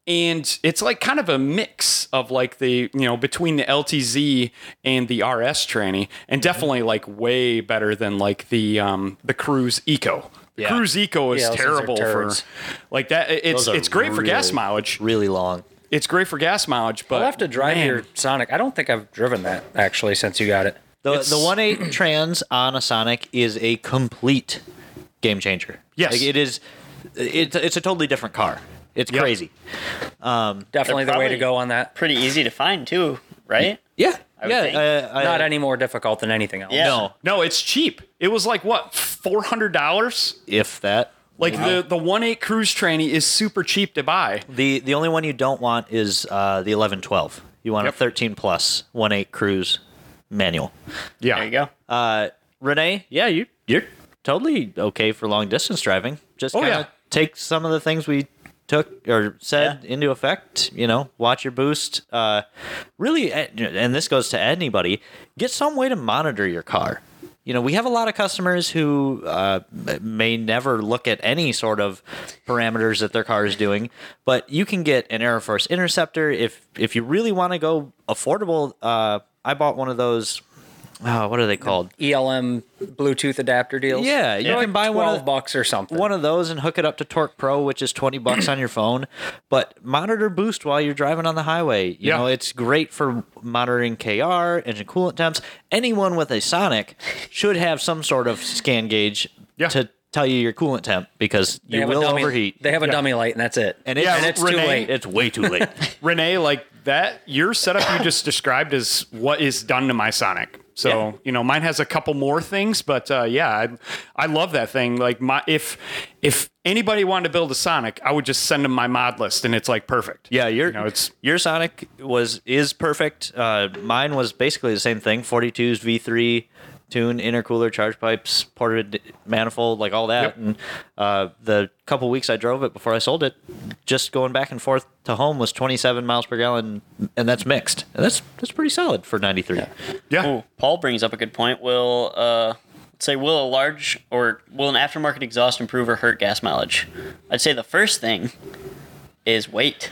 [SPEAKER 3] And it's like kind of a mix of like the, you know, between the LTZ and the RS tranny, and definitely like way better than like the um the Cruise Eco. The
[SPEAKER 2] Yeah.
[SPEAKER 3] Cruise Eco is
[SPEAKER 4] Yeah, those things are
[SPEAKER 3] terrible for
[SPEAKER 4] turds.
[SPEAKER 3] like that. It's
[SPEAKER 2] Those are
[SPEAKER 3] it's great for gas
[SPEAKER 2] really-
[SPEAKER 3] mileage.
[SPEAKER 2] Really long.
[SPEAKER 3] It's great for gas mileage, but
[SPEAKER 4] I'll have to drive
[SPEAKER 3] man,
[SPEAKER 4] your Sonic. I don't think I've driven that actually since you got it.
[SPEAKER 2] The
[SPEAKER 3] It's-
[SPEAKER 2] the one eight trans on a Sonic is a complete game changer.
[SPEAKER 3] Yes.
[SPEAKER 2] Like, it is. It's it's a totally different car. It's
[SPEAKER 3] Yep.
[SPEAKER 2] crazy.
[SPEAKER 4] Definitely the way to
[SPEAKER 1] probably-
[SPEAKER 4] go on that.
[SPEAKER 1] Pretty easy to find too, right?
[SPEAKER 2] Yeah.
[SPEAKER 1] would
[SPEAKER 2] yeah.
[SPEAKER 1] think.
[SPEAKER 2] uh, I-
[SPEAKER 4] Not any more difficult than anything else.
[SPEAKER 1] Yeah.
[SPEAKER 2] No,
[SPEAKER 3] No, it's cheap. It was like what four hundred dollars.
[SPEAKER 2] if that.
[SPEAKER 3] Like the the one eight Cruise tranny is super cheap to buy.
[SPEAKER 2] The the only one you don't want is uh, the eleven twelve. You want
[SPEAKER 3] Yep.
[SPEAKER 2] a thirteen plus one eight cruise manual.
[SPEAKER 3] Yeah,
[SPEAKER 1] There you go.
[SPEAKER 2] Uh, Renee, yeah, you you're totally okay for long distance driving. Just
[SPEAKER 3] Oh,
[SPEAKER 2] kind of
[SPEAKER 3] yeah.
[SPEAKER 2] take some of the things we took or said into effect. You know, watch your boost. Uh, really, eh, and this goes to anybody. Get some way to monitor your car. You know, we have a lot of customers who uh, m- may never look at any sort of parameters that their car is doing, but you can get an Aeroforce Interceptor if if you really want to go affordable. Uh, I bought one of those oh, what are they called?
[SPEAKER 4] ELM E Bluetooth adapter deals.
[SPEAKER 2] Yeah, you
[SPEAKER 4] you
[SPEAKER 2] can buy one of
[SPEAKER 4] twelve
[SPEAKER 2] the-
[SPEAKER 4] bucks or something.
[SPEAKER 2] One of those and hook it up to Torque Pro, which is twenty bucks on your phone. But monitor boost while you're driving on the highway. You
[SPEAKER 3] Yeah.
[SPEAKER 2] know, it's great for monitoring KR, engine coolant temps. Anyone with a Sonic should have some sort of scan gauge
[SPEAKER 3] Yeah.
[SPEAKER 2] to tell you your coolant temp because
[SPEAKER 4] They
[SPEAKER 2] you
[SPEAKER 4] have a
[SPEAKER 2] will
[SPEAKER 4] dummy-
[SPEAKER 2] overheat.
[SPEAKER 4] They have a dummy light, and that's it.
[SPEAKER 2] and
[SPEAKER 3] Yeah,
[SPEAKER 2] it's,
[SPEAKER 4] and it's too
[SPEAKER 3] Renee-
[SPEAKER 4] late.
[SPEAKER 2] it's way too late.
[SPEAKER 3] Renee, like that, your setup you just described is what is done to my Sonic. So you know, mine has a couple more things, but uh, yeah, I, I love that thing. Like my if if anybody wanted to build a Sonic, I would just send them my mod list, and it's like perfect.
[SPEAKER 2] Yeah, your
[SPEAKER 3] You know, it's-
[SPEAKER 2] your Sonic was is perfect. Uh, mine was basically the same thing: 42s, V3 tune, intercooler, charge pipes, ported manifold, like all that.
[SPEAKER 3] Yep.
[SPEAKER 2] And uh, the couple weeks I drove it before I sold it, just going back and forth to home was 27 miles per gallon, and that's mixed. And that's that's pretty solid for 93.
[SPEAKER 3] yeah.
[SPEAKER 1] Ooh, Paul brings up a good point. Will uh, say will a large or will an aftermarket exhaust improve or hurt gas mileage? I'd say the first thing is weight.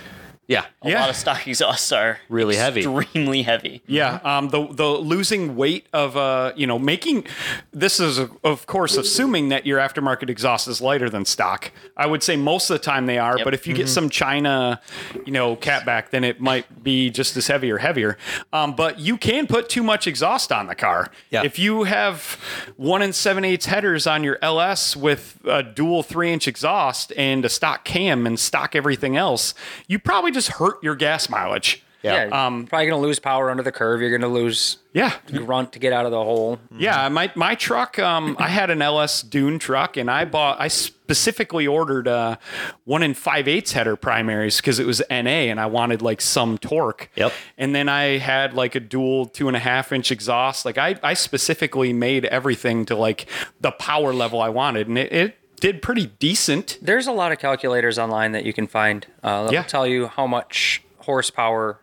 [SPEAKER 2] Yeah,
[SPEAKER 1] A
[SPEAKER 3] Yeah.
[SPEAKER 1] lot of stock exhausts are
[SPEAKER 2] Really heavy.
[SPEAKER 1] extremely heavy.
[SPEAKER 3] Yeah, um, the the losing weight of uh, you know, making this is of course assuming that your aftermarket exhaust is lighter than stock. I would say most of the time they are,
[SPEAKER 1] Yep.
[SPEAKER 3] but if you get some China, you know, catback, then it might be just as heavy or heavier. Um, but you can put too much exhaust on the car.
[SPEAKER 2] Yeah.
[SPEAKER 3] If you have one and seven eighths headers on your LS with a dual three inch exhaust and a stock cam and stock everything else, you probably just hurt your gas mileage.
[SPEAKER 4] yeah,
[SPEAKER 3] um,
[SPEAKER 4] probably gonna lose power under the curve. You're gonna lose
[SPEAKER 3] Yeah.
[SPEAKER 4] grunt to get out of the hole.
[SPEAKER 3] Yeah, my my truck. Um, I had an LS Dune truck, and I bought. I specifically ordered uh, one in five eighths header primaries because it was NA, and I wanted like some torque.
[SPEAKER 2] Yep.
[SPEAKER 3] And then I had like a dual two and a half inch exhaust. Like I I specifically made everything to like the power level I wanted, and it. it did pretty decent.
[SPEAKER 4] There's a lot of calculators online that you can find. Uh, that'll
[SPEAKER 3] Yeah.
[SPEAKER 4] tell you how much horsepower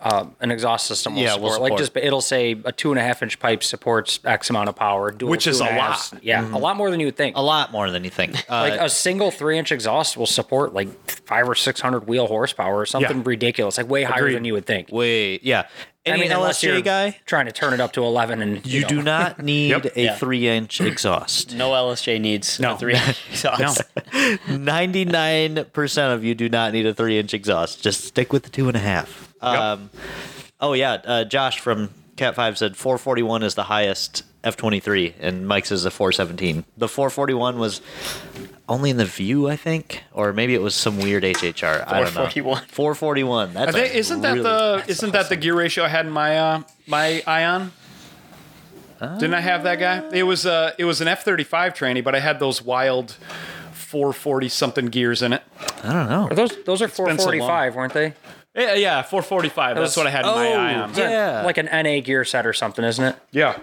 [SPEAKER 4] uh, an exhaust system will
[SPEAKER 2] Yeah,
[SPEAKER 4] support.
[SPEAKER 2] will
[SPEAKER 4] Like
[SPEAKER 2] support.
[SPEAKER 4] just it'll say a two and a half inch pipe supports X amount of power, dual
[SPEAKER 3] Which is
[SPEAKER 4] two and
[SPEAKER 3] a
[SPEAKER 4] halves.
[SPEAKER 3] lot. Mm-hmm.
[SPEAKER 4] Yeah, a lot more than you would think.
[SPEAKER 2] a lot more than you think. Uh,
[SPEAKER 4] like a single three inch exhaust will support like five or six hundred wheel horsepower or something
[SPEAKER 3] Yeah.
[SPEAKER 4] ridiculous, like way higher
[SPEAKER 3] Agreed.
[SPEAKER 4] than you would think.
[SPEAKER 2] wait, yeah. Any
[SPEAKER 4] unless you're
[SPEAKER 2] LSJ guy,
[SPEAKER 4] trying to turn it up to eleven, and
[SPEAKER 2] you
[SPEAKER 4] know,
[SPEAKER 2] do not need
[SPEAKER 3] Yep.
[SPEAKER 2] a
[SPEAKER 1] Yeah.
[SPEAKER 2] three-inch exhaust.
[SPEAKER 1] No LSJ needs
[SPEAKER 3] No.
[SPEAKER 1] a three exhaust.
[SPEAKER 2] 99% of you do not need a three inch exhaust. Just stick with the two and a half. Um, Oh, yeah. Uh, Josh from Cat 5 said 441 is the highest F23, and Mike's is a 417. The 441 was only in the view, I think, or maybe it was some weird HHR. I don't know.
[SPEAKER 1] 441.
[SPEAKER 2] 441. That's
[SPEAKER 3] I think,
[SPEAKER 2] a
[SPEAKER 3] isn't that
[SPEAKER 2] really-
[SPEAKER 3] the isn't that the gear ratio I had in my uh, my Ion? Didn't I have that guy? It was uh it was an F thirty five tranny, but I had those wild four forty something gears in it.
[SPEAKER 2] I don't know.
[SPEAKER 4] Are those those are four
[SPEAKER 3] been so long.
[SPEAKER 4] forty five, weren't they?
[SPEAKER 3] Yeah, yeah, four forty five. That's
[SPEAKER 4] Those-
[SPEAKER 3] what I had in my
[SPEAKER 2] oh,
[SPEAKER 3] Ion.
[SPEAKER 2] yeah.
[SPEAKER 4] like an NA gear set or something, isn't it?
[SPEAKER 3] Yeah,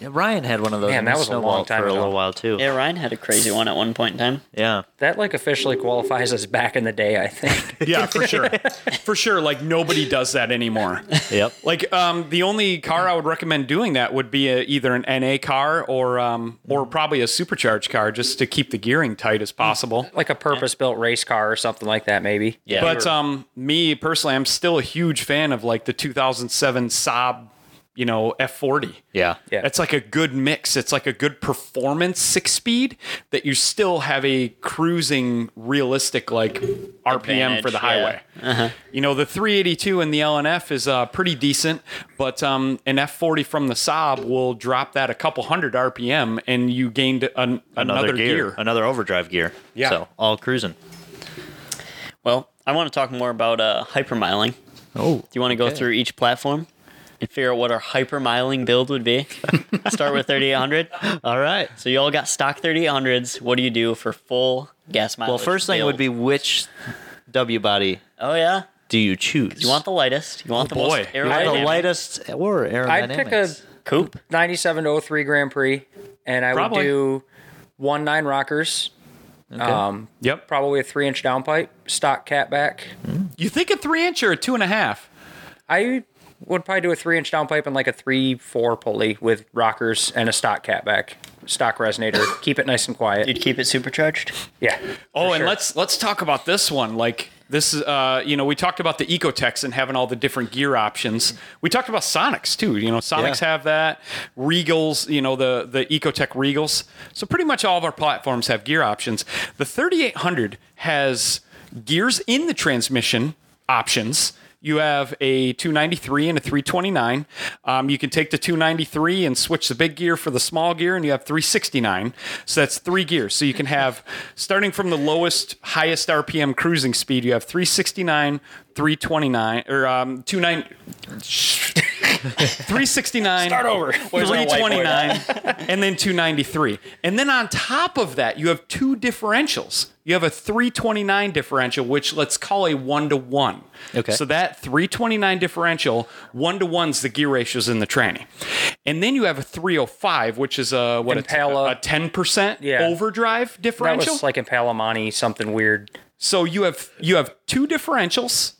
[SPEAKER 2] Yeah, Ryan had one of those.
[SPEAKER 4] Man,
[SPEAKER 2] in
[SPEAKER 4] that
[SPEAKER 2] his
[SPEAKER 4] was a
[SPEAKER 2] snowball
[SPEAKER 4] long time
[SPEAKER 2] for a
[SPEAKER 4] ago.
[SPEAKER 2] little while, too.
[SPEAKER 1] Yeah, Ryan had a crazy one at one point in time.
[SPEAKER 2] Yeah.
[SPEAKER 4] That like officially qualifies as back in the day, I think.
[SPEAKER 3] yeah, for sure, for sure. Like nobody does that anymore.
[SPEAKER 2] Yep.
[SPEAKER 3] Like um, the only car I would recommend doing that would be a, either an NA car or um, or probably a supercharged car, just to keep the gearing tight as possible.
[SPEAKER 4] like a purpose built race car or something like that, maybe.
[SPEAKER 1] Yeah.
[SPEAKER 3] but um, me personally, I'm still a huge fan of like the 2007 Saab, you know, F40.
[SPEAKER 2] Yeah.
[SPEAKER 4] Yeah.
[SPEAKER 3] It's like a good mix. It's like a good performance six speed that you still have a cruising, realistic like RPM for
[SPEAKER 1] Advantage,
[SPEAKER 3] the highway. You know, the 382 and the LNF is uh, pretty decent, but um, an F40 from the Saab will drop that a couple hundred RPM, and you gained an, another, gear.
[SPEAKER 2] another overdrive gear.
[SPEAKER 3] Yeah.
[SPEAKER 2] So all cruising.
[SPEAKER 1] Well, I want to talk more about uh, hypermiling. Do
[SPEAKER 2] Oh,
[SPEAKER 1] you want to go through each platform and figure out what our hypermiling build would be? Start with 3800.
[SPEAKER 2] all right.
[SPEAKER 1] So you all got stock 3800s. What do you do for full gas mileage?
[SPEAKER 2] Well, first thing would
[SPEAKER 1] build?
[SPEAKER 2] be which W body
[SPEAKER 1] Oh yeah,
[SPEAKER 2] do you choose?
[SPEAKER 1] you want the lightest. You want the
[SPEAKER 3] boy.
[SPEAKER 1] most
[SPEAKER 3] You
[SPEAKER 2] the
[SPEAKER 1] aerodynamic.
[SPEAKER 2] lightest or aerodynamics?
[SPEAKER 4] I'd pick a
[SPEAKER 1] coupe.
[SPEAKER 4] 97 to 03 Grand Prix and I
[SPEAKER 3] Probably.
[SPEAKER 4] would do one nine rockers, um,
[SPEAKER 3] Yep.
[SPEAKER 4] probably a three inch downpipe, stock catback.
[SPEAKER 3] You think a three inch or a two and a half?
[SPEAKER 4] I would probably do a three inch downpipe and like a three four pulley with rockers and a stock catback, stock resonator. Keep it nice and quiet.
[SPEAKER 1] You'd keep it supercharged.
[SPEAKER 4] Yeah.
[SPEAKER 3] Oh, and
[SPEAKER 4] sure.
[SPEAKER 3] let's let's talk about this one. Like This is, uh, you know, we talked about the Ecotex and having all the different gear options. We talked about Sonics too. You know, Sonics
[SPEAKER 2] Yeah.
[SPEAKER 3] have that. Regals, you know, the the Ecotech Regals. So pretty much all of our platforms have gear options. The 3800 has gears in the transmission options. You have a 293 and a 329. Um, you can take the 293 and switch the big gear for the small gear, and you have 369. So that's three gears. So you can have, starting from the lowest, highest RPM cruising speed, you have 369, 329, or um, 29. 369.
[SPEAKER 4] Start over. Where's my whiteboard?
[SPEAKER 3] 329 and then 293. And then on top of that, you have two differentials. You have a 329 differential, which let's call a one to one.
[SPEAKER 2] Okay.
[SPEAKER 3] So that 329 differential, one to one's the gear ratios in the tranny. And then you have a 305, which is a what
[SPEAKER 4] Impala.
[SPEAKER 3] a, ten- a 10%
[SPEAKER 4] Yeah.
[SPEAKER 3] overdrive
[SPEAKER 4] That
[SPEAKER 3] differential.
[SPEAKER 4] was like in Palamani, something weird.
[SPEAKER 3] So you have you have two differentials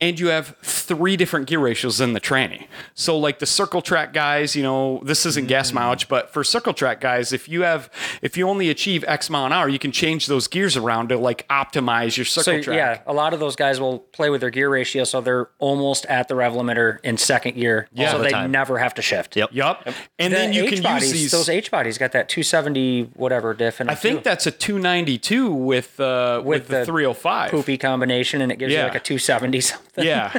[SPEAKER 3] and you have three different gear ratios in the tranny. So like the circle track guys, you know, this isn't
[SPEAKER 4] Mm.
[SPEAKER 3] gas mileage, but for circle track guys, if you have if you only achieve X mile an hour, you can change those gears around to like optimize your
[SPEAKER 4] So
[SPEAKER 3] circle track.
[SPEAKER 4] yeah, a lot of those guys will play with their gear ratio, so they're almost at the rev limiter in second gear. so
[SPEAKER 2] the
[SPEAKER 4] they
[SPEAKER 2] time.
[SPEAKER 4] never have to shift.
[SPEAKER 2] Yep.
[SPEAKER 3] Yup. And then you can use
[SPEAKER 4] bodies,
[SPEAKER 3] these
[SPEAKER 4] Those H bodies got that 270 whatever diff. And
[SPEAKER 3] I think that's a 292 with uh with,
[SPEAKER 4] With
[SPEAKER 3] the,
[SPEAKER 4] the
[SPEAKER 3] 305.
[SPEAKER 4] poopy combination, and it gives
[SPEAKER 3] Yeah.
[SPEAKER 4] you like a 270 something.
[SPEAKER 3] Yeah.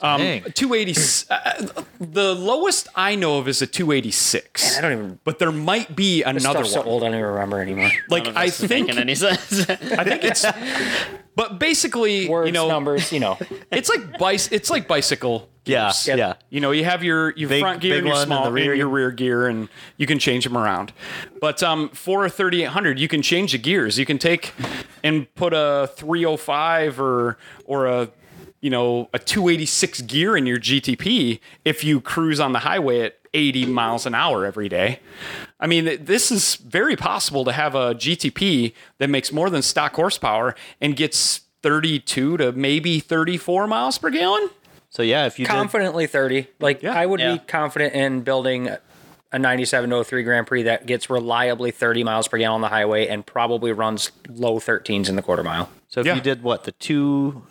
[SPEAKER 3] Um
[SPEAKER 2] Dang.
[SPEAKER 3] 280 uh, the lowest I know of is a 286.
[SPEAKER 4] I don't even.
[SPEAKER 3] but there might be another one.
[SPEAKER 4] Stuff's so old, I don't even remember anymore.
[SPEAKER 3] like I think
[SPEAKER 1] making any sense.
[SPEAKER 3] I think it's, but basically,
[SPEAKER 4] Words,
[SPEAKER 3] you know,
[SPEAKER 4] numbers, you know.
[SPEAKER 3] it's like bice, it's like bicycle.
[SPEAKER 2] Yeah,
[SPEAKER 3] gears.
[SPEAKER 2] yeah.
[SPEAKER 3] You know, you have your your
[SPEAKER 2] Big-
[SPEAKER 3] front gear,
[SPEAKER 2] big
[SPEAKER 3] and your
[SPEAKER 2] one and
[SPEAKER 3] small,
[SPEAKER 2] the
[SPEAKER 3] and,
[SPEAKER 2] rear gear.
[SPEAKER 3] your rear gear, and you can change them around. But um, for a 3800, you can change the gears. You can take and put a 305 or or a you know a 286 gear in your GTP if you cruise on the highway at 80 miles an hour every day. I mean, th- this is very possible to have a GTP that makes more than stock horsepower and gets 32 to maybe 34 miles per gallon.
[SPEAKER 2] So yeah, if you did,
[SPEAKER 4] Confidently 30. Like,
[SPEAKER 3] Yeah.
[SPEAKER 4] I would
[SPEAKER 1] Yeah.
[SPEAKER 4] be confident in building a 97 to 03 Grand Prix that gets reliably 30 miles per gallon on the highway and probably runs low 13s in the quarter mile.
[SPEAKER 2] so if
[SPEAKER 3] Yeah.
[SPEAKER 2] you did what the two,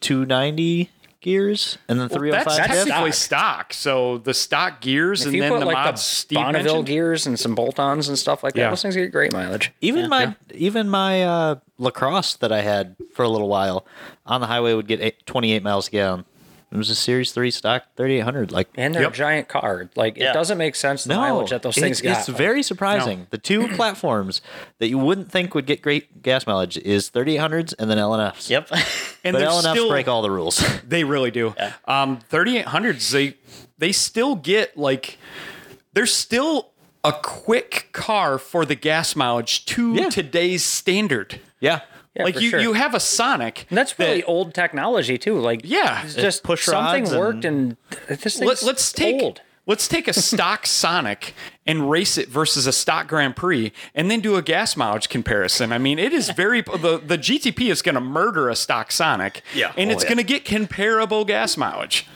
[SPEAKER 2] two ninety gears and then three hundred
[SPEAKER 3] That's
[SPEAKER 2] five.
[SPEAKER 4] that's-
[SPEAKER 3] technically stock. So the stock gears
[SPEAKER 4] If
[SPEAKER 3] and
[SPEAKER 4] you
[SPEAKER 3] then
[SPEAKER 4] put
[SPEAKER 3] the
[SPEAKER 4] like
[SPEAKER 3] mods
[SPEAKER 4] the
[SPEAKER 3] Steve
[SPEAKER 4] Bonneville
[SPEAKER 3] mentioned.
[SPEAKER 4] gears and some bolt-ons and stuff like that,
[SPEAKER 3] Yeah.
[SPEAKER 4] those things get great mileage.
[SPEAKER 2] Even my even my uh, lacrosse that I had for a little while on the highway would get eight, 28 miles a gallon. It was a Series Three stock, thirty eight hundred. Like
[SPEAKER 4] And they're
[SPEAKER 3] Yep.
[SPEAKER 4] a giant car. Like
[SPEAKER 1] Yeah.
[SPEAKER 4] it doesn't make sense the mileage that those
[SPEAKER 2] it-
[SPEAKER 4] things got.
[SPEAKER 2] It's very surprising. The two platforms that you wouldn't think would get great gas mileage is thirty eight hundreds and then LNFs.
[SPEAKER 1] yep.
[SPEAKER 3] and
[SPEAKER 2] But
[SPEAKER 3] they're
[SPEAKER 2] LNFs
[SPEAKER 3] still,
[SPEAKER 2] break all the rules.
[SPEAKER 3] They really do. Um, 3800s, they they still get like they're still a quick car for the gas mileage to
[SPEAKER 2] Yeah.
[SPEAKER 3] today's standard.
[SPEAKER 2] yeah.
[SPEAKER 4] Yeah,
[SPEAKER 3] like
[SPEAKER 4] for
[SPEAKER 3] you,
[SPEAKER 4] sure.
[SPEAKER 3] you have a Sonic.
[SPEAKER 4] And that's really
[SPEAKER 3] that-
[SPEAKER 4] old technology too. Like
[SPEAKER 3] Yeah.
[SPEAKER 4] it's just
[SPEAKER 2] push
[SPEAKER 4] something
[SPEAKER 2] rods
[SPEAKER 4] worked and, this thing's
[SPEAKER 3] Let, let's take
[SPEAKER 4] old.
[SPEAKER 3] let's take a stock Sonic and race it versus a stock Grand Prix, and then do a gas mileage comparison. I mean, it is very the the GTP is going to murder a stock Sonic,
[SPEAKER 2] Yeah.
[SPEAKER 3] and
[SPEAKER 2] Oh,
[SPEAKER 3] it's
[SPEAKER 2] yeah.
[SPEAKER 3] going to get comparable gas mileage.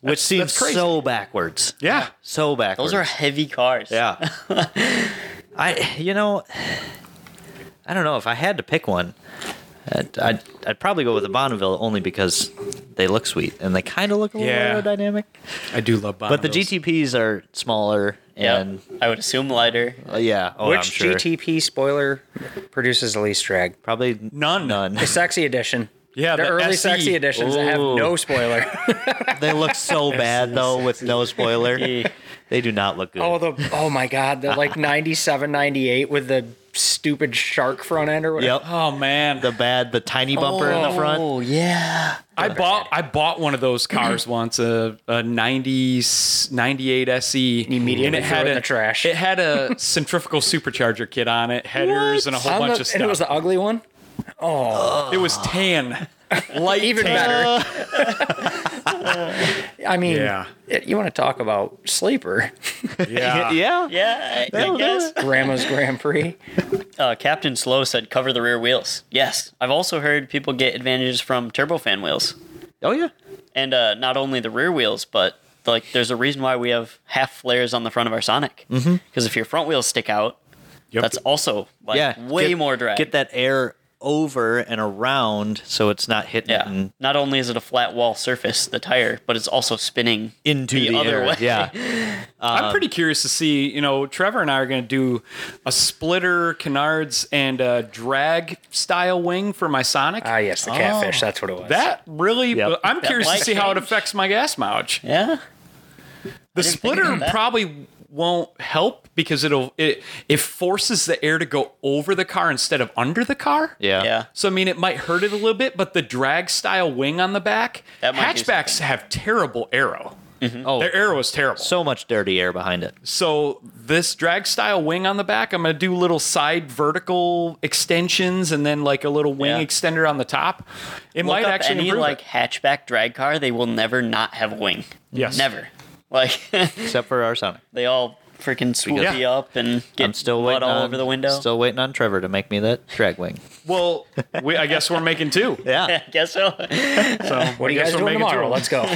[SPEAKER 2] Which seems
[SPEAKER 3] that's crazy.
[SPEAKER 2] so backwards.
[SPEAKER 3] Yeah,
[SPEAKER 2] So backwards.
[SPEAKER 1] Those are heavy cars.
[SPEAKER 2] Yeah. I you know I don't know if I had to pick one. I'd, I'd, I'd probably go with the Bonneville only because they look sweet and they kind of look a little
[SPEAKER 3] Yeah.
[SPEAKER 2] aerodynamic.
[SPEAKER 3] I do love,
[SPEAKER 2] But the GTPs are smaller
[SPEAKER 1] Yep.
[SPEAKER 2] and
[SPEAKER 1] I would assume lighter.
[SPEAKER 2] uh, yeah, oh, I'm
[SPEAKER 4] Which
[SPEAKER 2] sure.
[SPEAKER 4] GTP spoiler produces the least drag?
[SPEAKER 2] Probably
[SPEAKER 3] None.
[SPEAKER 2] None.
[SPEAKER 4] The sexy edition.
[SPEAKER 3] Yeah,
[SPEAKER 4] the,
[SPEAKER 3] the E.
[SPEAKER 4] early
[SPEAKER 3] SE.
[SPEAKER 4] sexy editions that have
[SPEAKER 2] Ooh.
[SPEAKER 4] no spoiler.
[SPEAKER 2] they look so bad though with no spoiler. they do not look good.
[SPEAKER 4] oh the oh my god, the like 97, 98 with the stupid shark front end or whatever.
[SPEAKER 2] yep.
[SPEAKER 3] Oh man,
[SPEAKER 2] The bad, the tiny bumper
[SPEAKER 4] Oh.
[SPEAKER 2] in the front.
[SPEAKER 1] yeah.
[SPEAKER 3] I bought I bought one of those cars once a a 90, 98 SE
[SPEAKER 4] immediately
[SPEAKER 3] E. and it
[SPEAKER 4] threw
[SPEAKER 3] had
[SPEAKER 4] it
[SPEAKER 3] a
[SPEAKER 4] in the trash.
[SPEAKER 3] It had a centrifugal supercharger kit on it, headers and a whole
[SPEAKER 4] On
[SPEAKER 3] bunch
[SPEAKER 4] the-
[SPEAKER 3] of
[SPEAKER 4] and
[SPEAKER 3] stuff.
[SPEAKER 4] it was the ugly one.
[SPEAKER 3] It was tan.
[SPEAKER 4] Light even better.
[SPEAKER 2] Uh.
[SPEAKER 4] I mean,
[SPEAKER 3] Yeah.
[SPEAKER 4] it- you want to talk about sleeper?
[SPEAKER 3] Yeah.
[SPEAKER 2] Yeah.
[SPEAKER 1] Yeah, I- I,
[SPEAKER 2] That'll do
[SPEAKER 1] guess.
[SPEAKER 4] Grandma's Grand Prix.
[SPEAKER 1] Uh, Captain Slow said cover the rear wheels. Yes. I've also heard people get advantages from turbofan wheels.
[SPEAKER 2] Oh yeah.
[SPEAKER 1] And uh, not only the rear wheels, but like there's a reason why we have half flares on the front of our Sonic. Because
[SPEAKER 2] Mm-hmm.
[SPEAKER 1] if your front wheels stick out,
[SPEAKER 3] Yep.
[SPEAKER 1] that's also like
[SPEAKER 2] yeah,
[SPEAKER 1] way
[SPEAKER 2] get-
[SPEAKER 1] more drag.
[SPEAKER 2] Get that air over and around so it's not hitting it
[SPEAKER 1] Yeah.
[SPEAKER 2] and
[SPEAKER 1] Not only is it a flat wall surface, the tire, but it's also spinning
[SPEAKER 2] into the,
[SPEAKER 1] the, other
[SPEAKER 2] air.
[SPEAKER 1] way.
[SPEAKER 2] Yeah.
[SPEAKER 1] Um,
[SPEAKER 3] I'm pretty curious to see. You know, Trevor and I are going to do a splitter canards and a drag style wing for my Sonic.
[SPEAKER 4] Ah, yes, the catfish. That's what it was.
[SPEAKER 3] that really, uh,
[SPEAKER 2] Yep.
[SPEAKER 3] I'm curious to
[SPEAKER 1] might
[SPEAKER 3] see how it
[SPEAKER 1] change.
[SPEAKER 3] affects my gas mileage.
[SPEAKER 1] Yeah.
[SPEAKER 3] The
[SPEAKER 1] didn't think
[SPEAKER 3] splitter
[SPEAKER 1] about that.
[SPEAKER 3] probably won't help because it'll it it forces the air to go over the car instead of under the car.
[SPEAKER 2] Yeah.
[SPEAKER 1] Yeah.
[SPEAKER 3] So I mean, it might hurt it a little bit, but the drag style wing on the back,
[SPEAKER 1] That might do
[SPEAKER 3] hatchbacks have terrible arrow.
[SPEAKER 2] Oh,
[SPEAKER 3] Their arrow is terrible.
[SPEAKER 2] so much dirty air behind it.
[SPEAKER 3] So this drag style wing on the back, I'm gonna do little side vertical extensions and then like a little wing
[SPEAKER 1] Yeah.
[SPEAKER 3] extender on the top. It
[SPEAKER 1] Look
[SPEAKER 3] might
[SPEAKER 1] up
[SPEAKER 3] actually
[SPEAKER 1] any
[SPEAKER 3] improve
[SPEAKER 1] like
[SPEAKER 3] it.
[SPEAKER 1] hatchback drag car, they will never not have a wing.
[SPEAKER 3] Yes.
[SPEAKER 1] Never. Like
[SPEAKER 2] Except for our Sonic.
[SPEAKER 1] they all freaking swoop
[SPEAKER 3] Yeah.
[SPEAKER 1] you up and get
[SPEAKER 2] I'm still
[SPEAKER 1] blood
[SPEAKER 2] waiting
[SPEAKER 1] all
[SPEAKER 2] on,
[SPEAKER 1] over the window.
[SPEAKER 2] Still waiting on Trevor to make me that drag wing.
[SPEAKER 3] Well, we, I guess we're making two.
[SPEAKER 2] Yeah.
[SPEAKER 1] Guess so.
[SPEAKER 3] So
[SPEAKER 4] What are you
[SPEAKER 3] I guess
[SPEAKER 4] guys
[SPEAKER 3] we're making two.
[SPEAKER 4] doing tomorrow? Let's go.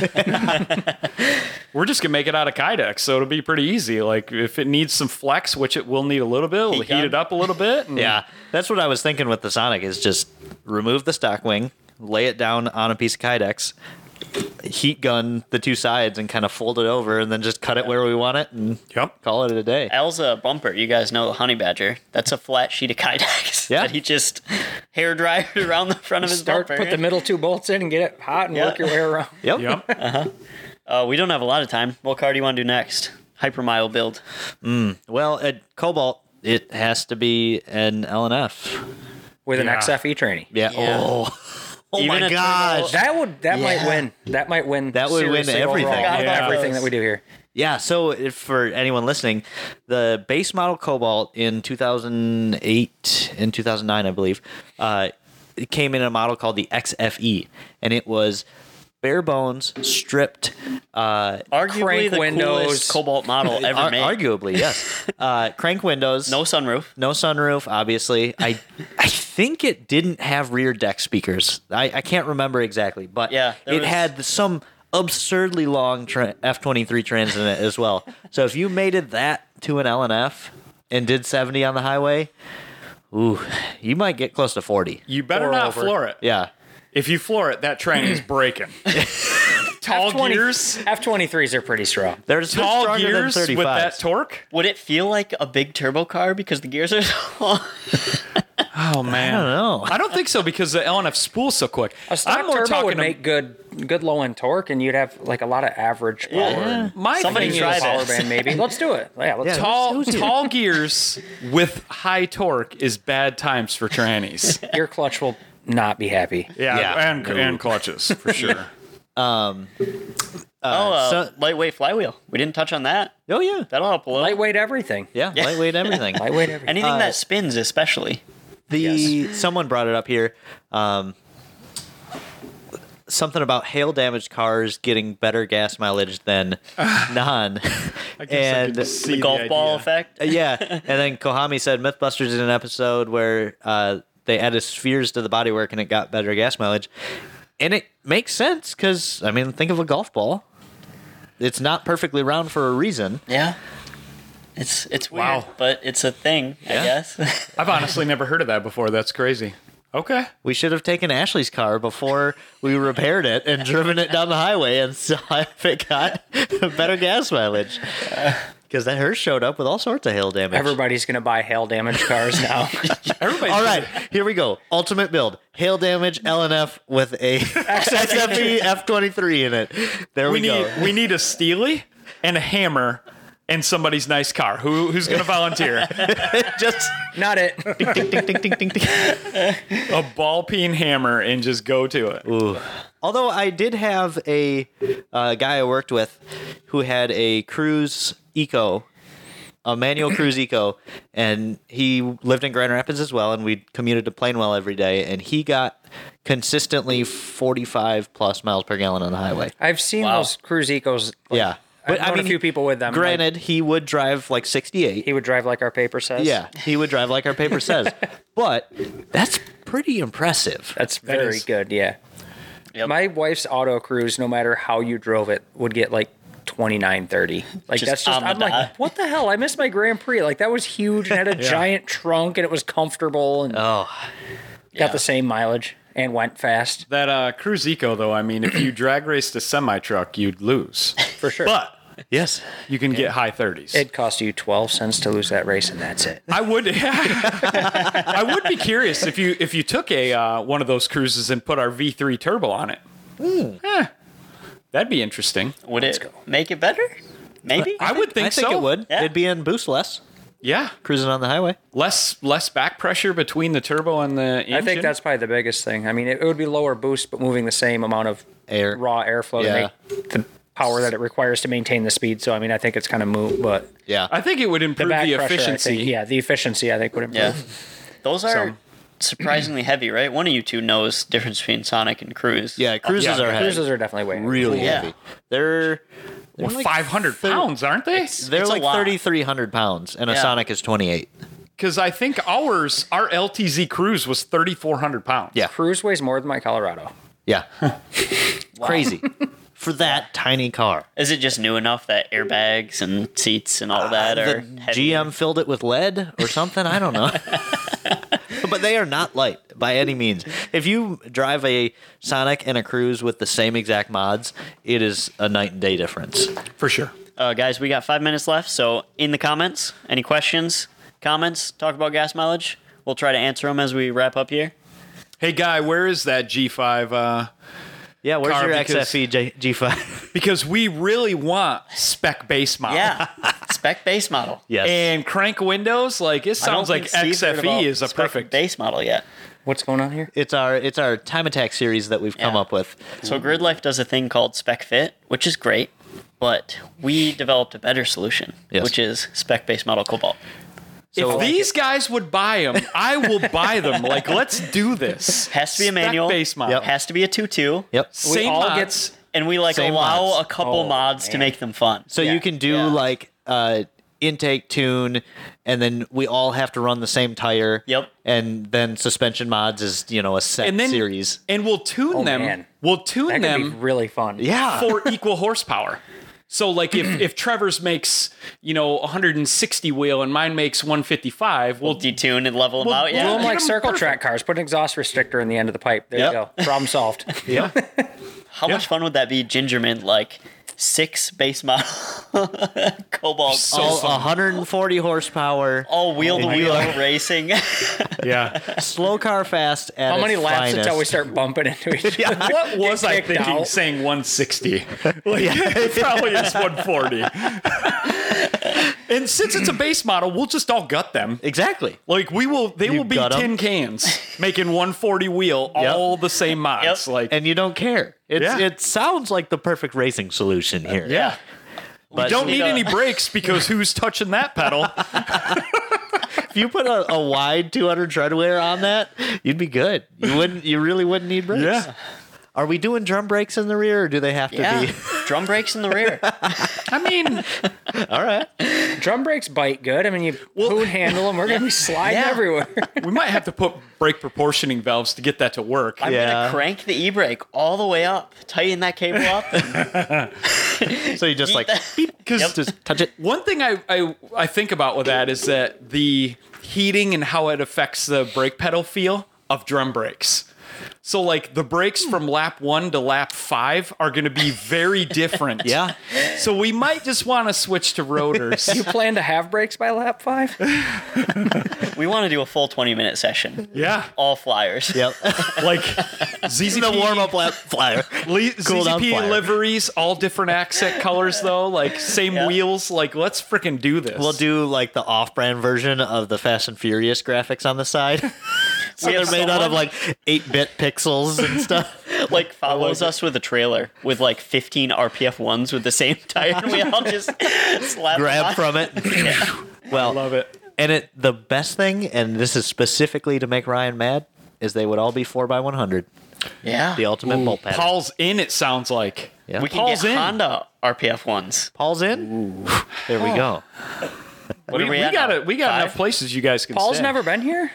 [SPEAKER 3] We're just gonna make it out of Kydex, so it'll be pretty easy. Like if it needs some flex, which it will need a little bit, we'll
[SPEAKER 1] Heat
[SPEAKER 3] heat,
[SPEAKER 1] gun.
[SPEAKER 3] it up a little bit. and-
[SPEAKER 2] yeah. That's what I was thinking with the Sonic is just remove the stock wing, lay it down on a piece of Kydex, heat gun the two sides and kind of fold it over and then just cut it where we want it and
[SPEAKER 3] Yep.
[SPEAKER 2] call it a day.
[SPEAKER 1] Al's a bumper. You guys know the honey badger. That's a flat sheet of kydex
[SPEAKER 2] Yeah.
[SPEAKER 1] that he just hair dried around the front of his
[SPEAKER 4] Start,
[SPEAKER 1] bumper.
[SPEAKER 4] put the middle two bolts in and get it hot and work
[SPEAKER 1] Yeah.
[SPEAKER 4] your way around.
[SPEAKER 2] Yep.
[SPEAKER 3] Yep.
[SPEAKER 1] uh, we don't have a lot of time. What car do you want to do next? Hypermile build.
[SPEAKER 2] Well, at Cobalt, it has to be an LNF.
[SPEAKER 4] With an E
[SPEAKER 3] Yeah.
[SPEAKER 4] XFE trainee.
[SPEAKER 2] Yeah.
[SPEAKER 1] Yeah.
[SPEAKER 2] Oh. Oh
[SPEAKER 1] Even
[SPEAKER 2] my
[SPEAKER 1] a turbo-
[SPEAKER 2] gosh.
[SPEAKER 4] That would that
[SPEAKER 2] Yeah.
[SPEAKER 4] might win. That might win.
[SPEAKER 2] That would win
[SPEAKER 4] seriously
[SPEAKER 2] everything.
[SPEAKER 4] Overall,
[SPEAKER 1] Yeah.
[SPEAKER 4] Everything that we do here.
[SPEAKER 2] Yeah, so if, for anyone listening, the base model Cobalt in 2008 and 2009, I believe, uh, it came in a model called the XFE, and it was bare bones, stripped, uh,
[SPEAKER 1] Arguably
[SPEAKER 4] Crank
[SPEAKER 1] the
[SPEAKER 4] windows.
[SPEAKER 1] coolest Cobalt model ever
[SPEAKER 2] ar-
[SPEAKER 1] made.
[SPEAKER 2] arguably, yes, uh, crank windows,
[SPEAKER 1] no sunroof.
[SPEAKER 2] no sunroof, obviously. I I think it didn't have rear deck speakers. I, I can't remember exactly, but
[SPEAKER 1] Yeah, there
[SPEAKER 2] it
[SPEAKER 1] was-
[SPEAKER 2] had some absurdly long F twenty three trans in it as well. So if you mated that to an LNF and did seventy on the highway, ooh, you might get close to forty.
[SPEAKER 3] You better
[SPEAKER 4] Or
[SPEAKER 3] not
[SPEAKER 4] over.
[SPEAKER 3] floor it.
[SPEAKER 2] Yeah.
[SPEAKER 3] If you floor it, that train is breaking. Tall gears.
[SPEAKER 4] F twenty threes are pretty strong.
[SPEAKER 2] They're just
[SPEAKER 3] Tall
[SPEAKER 2] stronger
[SPEAKER 3] gears
[SPEAKER 2] than
[SPEAKER 3] with
[SPEAKER 2] 35.
[SPEAKER 3] that torque.
[SPEAKER 1] Would it feel like a big turbo car because the gears are so long?
[SPEAKER 3] Oh man.
[SPEAKER 2] I don't know.
[SPEAKER 3] I don't think so because the LNF spools so quick.
[SPEAKER 4] A stock
[SPEAKER 3] I'm more
[SPEAKER 4] turbo
[SPEAKER 3] talking
[SPEAKER 4] would
[SPEAKER 3] to-
[SPEAKER 4] make good good low end torque, and you'd have like a lot of average power. and
[SPEAKER 3] my
[SPEAKER 1] Somebody
[SPEAKER 3] thing
[SPEAKER 1] try
[SPEAKER 3] is
[SPEAKER 1] that.
[SPEAKER 4] power band maybe. Let's do it. Yeah, let's
[SPEAKER 2] Yeah.
[SPEAKER 4] talk.
[SPEAKER 3] tall
[SPEAKER 2] Who's- who's here?
[SPEAKER 3] tall gears with high torque is bad times for trannies.
[SPEAKER 4] Your clutch will not be happy.
[SPEAKER 3] yeah,
[SPEAKER 2] Yeah.
[SPEAKER 3] and and clutches for sure.
[SPEAKER 1] oh, uh,
[SPEAKER 2] so-
[SPEAKER 1] lightweight flywheel. We didn't touch on that.
[SPEAKER 2] Oh yeah.
[SPEAKER 1] That'll help a little.
[SPEAKER 4] Lightweight everything.
[SPEAKER 2] Yeah, lightweight everything.
[SPEAKER 4] Lightweight everything.
[SPEAKER 1] Anything that spins, especially.
[SPEAKER 2] The someone brought it up here. Um, something about hail damaged cars getting better gas mileage than non. and
[SPEAKER 1] The golf ball effect.
[SPEAKER 2] yeah, and then Kohami said MythBusters did an episode where uh, they added spheres to the bodywork and it got better gas mileage, and it makes sense because I mean, think of a golf ball. It's not perfectly round for a reason.
[SPEAKER 1] Yeah. It's it's weird,
[SPEAKER 3] Wow.
[SPEAKER 1] but it's a thing, I guess.
[SPEAKER 3] I've honestly never heard of that before. That's crazy. Okay.
[SPEAKER 2] We should have taken Ashley's car before we repaired it and driven it down the highway and saw if it got better gas mileage. Because that hers showed up with all sorts of hail damage.
[SPEAKER 4] Everybody's gonna buy hail damaged cars now.
[SPEAKER 3] Everybody's
[SPEAKER 2] all right, here we go. Ultimate build: hail damage LNF with a XFE F23 in it. There E. we,
[SPEAKER 3] We
[SPEAKER 2] go.
[SPEAKER 3] need we need a steely and a hammer and somebody's nice car. Who who's gonna volunteer?
[SPEAKER 2] Just
[SPEAKER 4] not it.
[SPEAKER 2] ding, ding, ding, ding, ding, ding, ding.
[SPEAKER 3] a ball peen hammer and just go to it.
[SPEAKER 2] Although I did have a uh, guy I worked with who had a Cruise Eco, a manual Cruise Eco, and he lived in Grand Rapids as well, and we commuted to Plainwell every day, and he got consistently 45 plus miles per gallon on the highway.
[SPEAKER 4] I've seen
[SPEAKER 1] Wow.
[SPEAKER 4] those cruise ecos. like,
[SPEAKER 2] Yeah.
[SPEAKER 4] I've known a few people with them. like,
[SPEAKER 2] Granted, he would drive like 68.
[SPEAKER 4] he would drive like our paper says.
[SPEAKER 2] yeah, he would drive like our paper says. But that's pretty impressive.
[SPEAKER 4] That's very
[SPEAKER 3] is-
[SPEAKER 4] good. Yeah.
[SPEAKER 1] Yep.
[SPEAKER 4] My wife's auto cruise, no matter how you drove it, would get like 29, 30. Like
[SPEAKER 1] Just
[SPEAKER 4] that's just,
[SPEAKER 1] on the
[SPEAKER 4] I'm like,
[SPEAKER 1] dot.
[SPEAKER 4] what the hell? I missed my Grand Prix. Like that was huge and had a giant trunk and it was comfortable. And
[SPEAKER 2] Oh,
[SPEAKER 4] Got
[SPEAKER 1] Yeah.
[SPEAKER 4] the same mileage and went fast
[SPEAKER 3] That uh, Cruise Eco, though, I mean, if you drag raced a semi truck, you'd lose.
[SPEAKER 4] for sure.
[SPEAKER 3] But
[SPEAKER 2] Yes.
[SPEAKER 3] you can get high 30s.
[SPEAKER 4] it cost you 12 cents to lose that race, and that's it.
[SPEAKER 3] I would, I would be curious if you if you took a uh, one of those cruises and put our V3 turbo on it. Eh, that'd be interesting.
[SPEAKER 1] Would it make it better? Maybe.
[SPEAKER 3] I would think,
[SPEAKER 2] I think
[SPEAKER 3] so.
[SPEAKER 2] it would.
[SPEAKER 1] Yeah.
[SPEAKER 2] It'd be in boost less,
[SPEAKER 3] Yeah,
[SPEAKER 2] cruising on the highway.
[SPEAKER 3] less less back pressure between the turbo and the engine.
[SPEAKER 4] I think that's probably the biggest thing. I mean, it, it would be lower boost, but moving the same amount of
[SPEAKER 2] Air.
[SPEAKER 4] raw airflow
[SPEAKER 2] Yeah.
[SPEAKER 4] to make the power that it requires to maintain the speed. So, I mean, I think it's kind of moot, but
[SPEAKER 2] Yeah.
[SPEAKER 3] I think it would
[SPEAKER 4] the
[SPEAKER 3] improve the,
[SPEAKER 4] back pressure,
[SPEAKER 3] efficiency.
[SPEAKER 4] I think, yeah, the efficiency, I think, would improve.
[SPEAKER 1] yeah. Those are
[SPEAKER 4] So-
[SPEAKER 1] surprisingly heavy, right? One of you two knows the difference between Sonic and Cruise.
[SPEAKER 2] yeah, cruises
[SPEAKER 3] yeah,
[SPEAKER 2] are heavy.
[SPEAKER 4] Cruises are definitely way
[SPEAKER 2] really
[SPEAKER 1] Yeah.
[SPEAKER 2] heavy. They're
[SPEAKER 3] Well,
[SPEAKER 2] They're like
[SPEAKER 3] 500
[SPEAKER 2] thir-
[SPEAKER 3] pounds, aren't they?
[SPEAKER 2] they're
[SPEAKER 1] It's a
[SPEAKER 2] like
[SPEAKER 1] lot.
[SPEAKER 2] 3,300 pounds, and a
[SPEAKER 1] Yeah.
[SPEAKER 2] Sonic is 28.
[SPEAKER 3] Because I think ours, our LTZ cruise was 3,400 pounds.
[SPEAKER 2] Yeah.
[SPEAKER 4] Cruise weighs more than my Colorado.
[SPEAKER 2] Yeah. Crazy. For that tiny car.
[SPEAKER 1] Is it just new enough that airbags and seats and all that are
[SPEAKER 2] the
[SPEAKER 1] heavy?
[SPEAKER 2] GM filled it with lead or something. I don't know. but they are not light by any means. If you drive a Sonic and a Cruise with the same exact mods, it is a night and day difference.
[SPEAKER 3] for sure.
[SPEAKER 1] Uh, guys, we got five minutes left, so in the comments, any questions, comments, talk about gas mileage. We'll try to answer them as we wrap up here.
[SPEAKER 3] Hey, guy, where is that G5? Uh,
[SPEAKER 2] Yeah, where's
[SPEAKER 3] Car,
[SPEAKER 2] your
[SPEAKER 3] because-
[SPEAKER 2] XFE J- G5?
[SPEAKER 3] because we really want spec base model.
[SPEAKER 1] Yeah, spec base model.
[SPEAKER 2] yes.
[SPEAKER 3] And crank windows, like it
[SPEAKER 1] I don't
[SPEAKER 3] sounds like
[SPEAKER 1] think Steve's heard
[SPEAKER 3] XFE
[SPEAKER 1] about
[SPEAKER 3] is a
[SPEAKER 1] spec
[SPEAKER 3] perfect.
[SPEAKER 1] base model yet.
[SPEAKER 4] What's going on here?
[SPEAKER 2] it's our it's our time attack series that we've come
[SPEAKER 1] Yeah.
[SPEAKER 2] up with.
[SPEAKER 1] So Grid Life does a thing called Spec Fit, which is great, but we developed a better solution,
[SPEAKER 2] Yes.
[SPEAKER 1] which is spec base model Cobalt.
[SPEAKER 3] if these guys would buy them, I will buy them. Like, let's do this.
[SPEAKER 1] Has to be a manual.
[SPEAKER 3] Spec base model.
[SPEAKER 2] Yep.
[SPEAKER 1] Has to be a two two.
[SPEAKER 2] Yep.
[SPEAKER 3] Same
[SPEAKER 4] all
[SPEAKER 3] mods.
[SPEAKER 4] get-
[SPEAKER 1] And we like
[SPEAKER 2] Same
[SPEAKER 1] allow
[SPEAKER 2] mods.
[SPEAKER 1] a couple
[SPEAKER 4] Oh,
[SPEAKER 1] mods to
[SPEAKER 4] man.
[SPEAKER 1] make them fun.
[SPEAKER 2] So
[SPEAKER 4] Yeah,
[SPEAKER 2] you can do
[SPEAKER 1] yeah.
[SPEAKER 2] like uh, intake tune, and then we all have to run the same tire.
[SPEAKER 1] Yep.
[SPEAKER 2] And then suspension mods is you know a set
[SPEAKER 3] and then
[SPEAKER 2] series.
[SPEAKER 3] and we'll tune
[SPEAKER 1] Oh,
[SPEAKER 3] them.
[SPEAKER 4] man.
[SPEAKER 3] We'll tune
[SPEAKER 4] That could
[SPEAKER 3] them.
[SPEAKER 4] be really fun.
[SPEAKER 2] Yeah.
[SPEAKER 3] for equal horsepower. So like if if Trevor's makes you know 160 wheel and mine makes 155, we'll
[SPEAKER 1] detune and level them
[SPEAKER 3] Well,
[SPEAKER 1] out. Yeah.
[SPEAKER 3] well,
[SPEAKER 4] Blow 'em like
[SPEAKER 3] Get 'em
[SPEAKER 4] circle
[SPEAKER 3] perfect.
[SPEAKER 4] track cars. Put an exhaust restrictor in the end of the pipe. There
[SPEAKER 2] Yep.
[SPEAKER 4] you go. Problem solved.
[SPEAKER 2] yeah.
[SPEAKER 1] How much fun would that be, Gingerman? Like six base model Cobalt,
[SPEAKER 2] all 140 horsepower,
[SPEAKER 1] all wheel to wheel racing.
[SPEAKER 3] yeah.
[SPEAKER 2] slow car fast. At
[SPEAKER 4] How
[SPEAKER 2] its
[SPEAKER 4] many laps
[SPEAKER 2] finest.
[SPEAKER 4] until we start bumping into each other?
[SPEAKER 3] What was I
[SPEAKER 4] kicked
[SPEAKER 3] thinking
[SPEAKER 4] out.
[SPEAKER 3] saying 160? Like it probably is 140. and since it's a base model, we'll just all gut them.
[SPEAKER 2] Exactly.
[SPEAKER 3] Like we will they will be
[SPEAKER 2] gut 'em?
[SPEAKER 3] 10 cans making 140 wheel
[SPEAKER 2] Yep.
[SPEAKER 3] all the same mods
[SPEAKER 1] Yep.
[SPEAKER 3] like
[SPEAKER 2] And you don't care. It's
[SPEAKER 3] Yeah.
[SPEAKER 2] it sounds like the perfect racing solution here.
[SPEAKER 3] yeah.
[SPEAKER 2] But
[SPEAKER 3] Don't
[SPEAKER 1] Need
[SPEAKER 3] need
[SPEAKER 1] a-
[SPEAKER 3] any brakes because who's touching that pedal?
[SPEAKER 2] if you put a, a wide 200 treadwear on that, you'd be good. You wouldn't. You really wouldn't need brakes. Are we doing drum brakes in the rear, or do they have to
[SPEAKER 1] yeah.
[SPEAKER 2] be?
[SPEAKER 1] Drum brakes in the rear.
[SPEAKER 3] I mean,
[SPEAKER 2] All right.
[SPEAKER 4] Drum brakes bite good. I mean, you poon handle them. We're gonna be sliding
[SPEAKER 1] Yeah.
[SPEAKER 4] everywhere.
[SPEAKER 3] we might have to put brake proportioning valves to get that to work.
[SPEAKER 1] I'm
[SPEAKER 2] Yeah.
[SPEAKER 1] gonna crank the e brake all the way up, tighten that cable up. and
[SPEAKER 2] So you just like
[SPEAKER 1] that-
[SPEAKER 3] Because
[SPEAKER 2] just touch it.
[SPEAKER 3] one thing I, I I think about with that is that the heating and how it affects the brake pedal feel of drum brakes. So like the brakes from lap one to lap five are going to be very different.
[SPEAKER 2] Yeah.
[SPEAKER 3] So we might just want to switch to rotors.
[SPEAKER 4] you plan to have brakes by lap five?
[SPEAKER 1] we want to do a full 20 minute session.
[SPEAKER 3] yeah.
[SPEAKER 1] All flyers.
[SPEAKER 2] Yep.
[SPEAKER 3] Like ZZP
[SPEAKER 2] the warm up lap flyer.
[SPEAKER 3] Li-
[SPEAKER 2] Cool down
[SPEAKER 3] ZZP
[SPEAKER 2] flyer.
[SPEAKER 3] liveries, all different accent colors though. Like same
[SPEAKER 1] Yeah.
[SPEAKER 3] wheels. Like let's freaking do this.
[SPEAKER 2] We'll do like the off-brand version of the Fast and Furious graphics on the side. so
[SPEAKER 1] We
[SPEAKER 2] they're
[SPEAKER 1] have
[SPEAKER 2] made out of
[SPEAKER 1] someone-
[SPEAKER 2] like eight-bit pixels and stuff.
[SPEAKER 1] Like follows us with a trailer with like 15 RPF ones with the same tire, and we all just slap. them on.
[SPEAKER 2] Grab from it. well,
[SPEAKER 3] love it.
[SPEAKER 2] And it the best thing, and this is specifically to make Ryan mad, is they would all be four x one hundred.
[SPEAKER 1] Yeah.
[SPEAKER 2] The ultimate bolt pattern.
[SPEAKER 3] Paul's in. It sounds like.
[SPEAKER 2] Yeah.
[SPEAKER 1] we can
[SPEAKER 3] Paul's
[SPEAKER 1] get
[SPEAKER 3] in.
[SPEAKER 1] Honda RPF ones.
[SPEAKER 2] Paul's in. There we go.
[SPEAKER 3] Oh.
[SPEAKER 1] What
[SPEAKER 3] We,
[SPEAKER 1] are
[SPEAKER 3] we
[SPEAKER 1] at
[SPEAKER 3] got
[SPEAKER 1] now?
[SPEAKER 3] it. We got
[SPEAKER 1] Five?
[SPEAKER 3] enough places you guys can.
[SPEAKER 4] Paul's
[SPEAKER 3] stay.
[SPEAKER 4] never been here.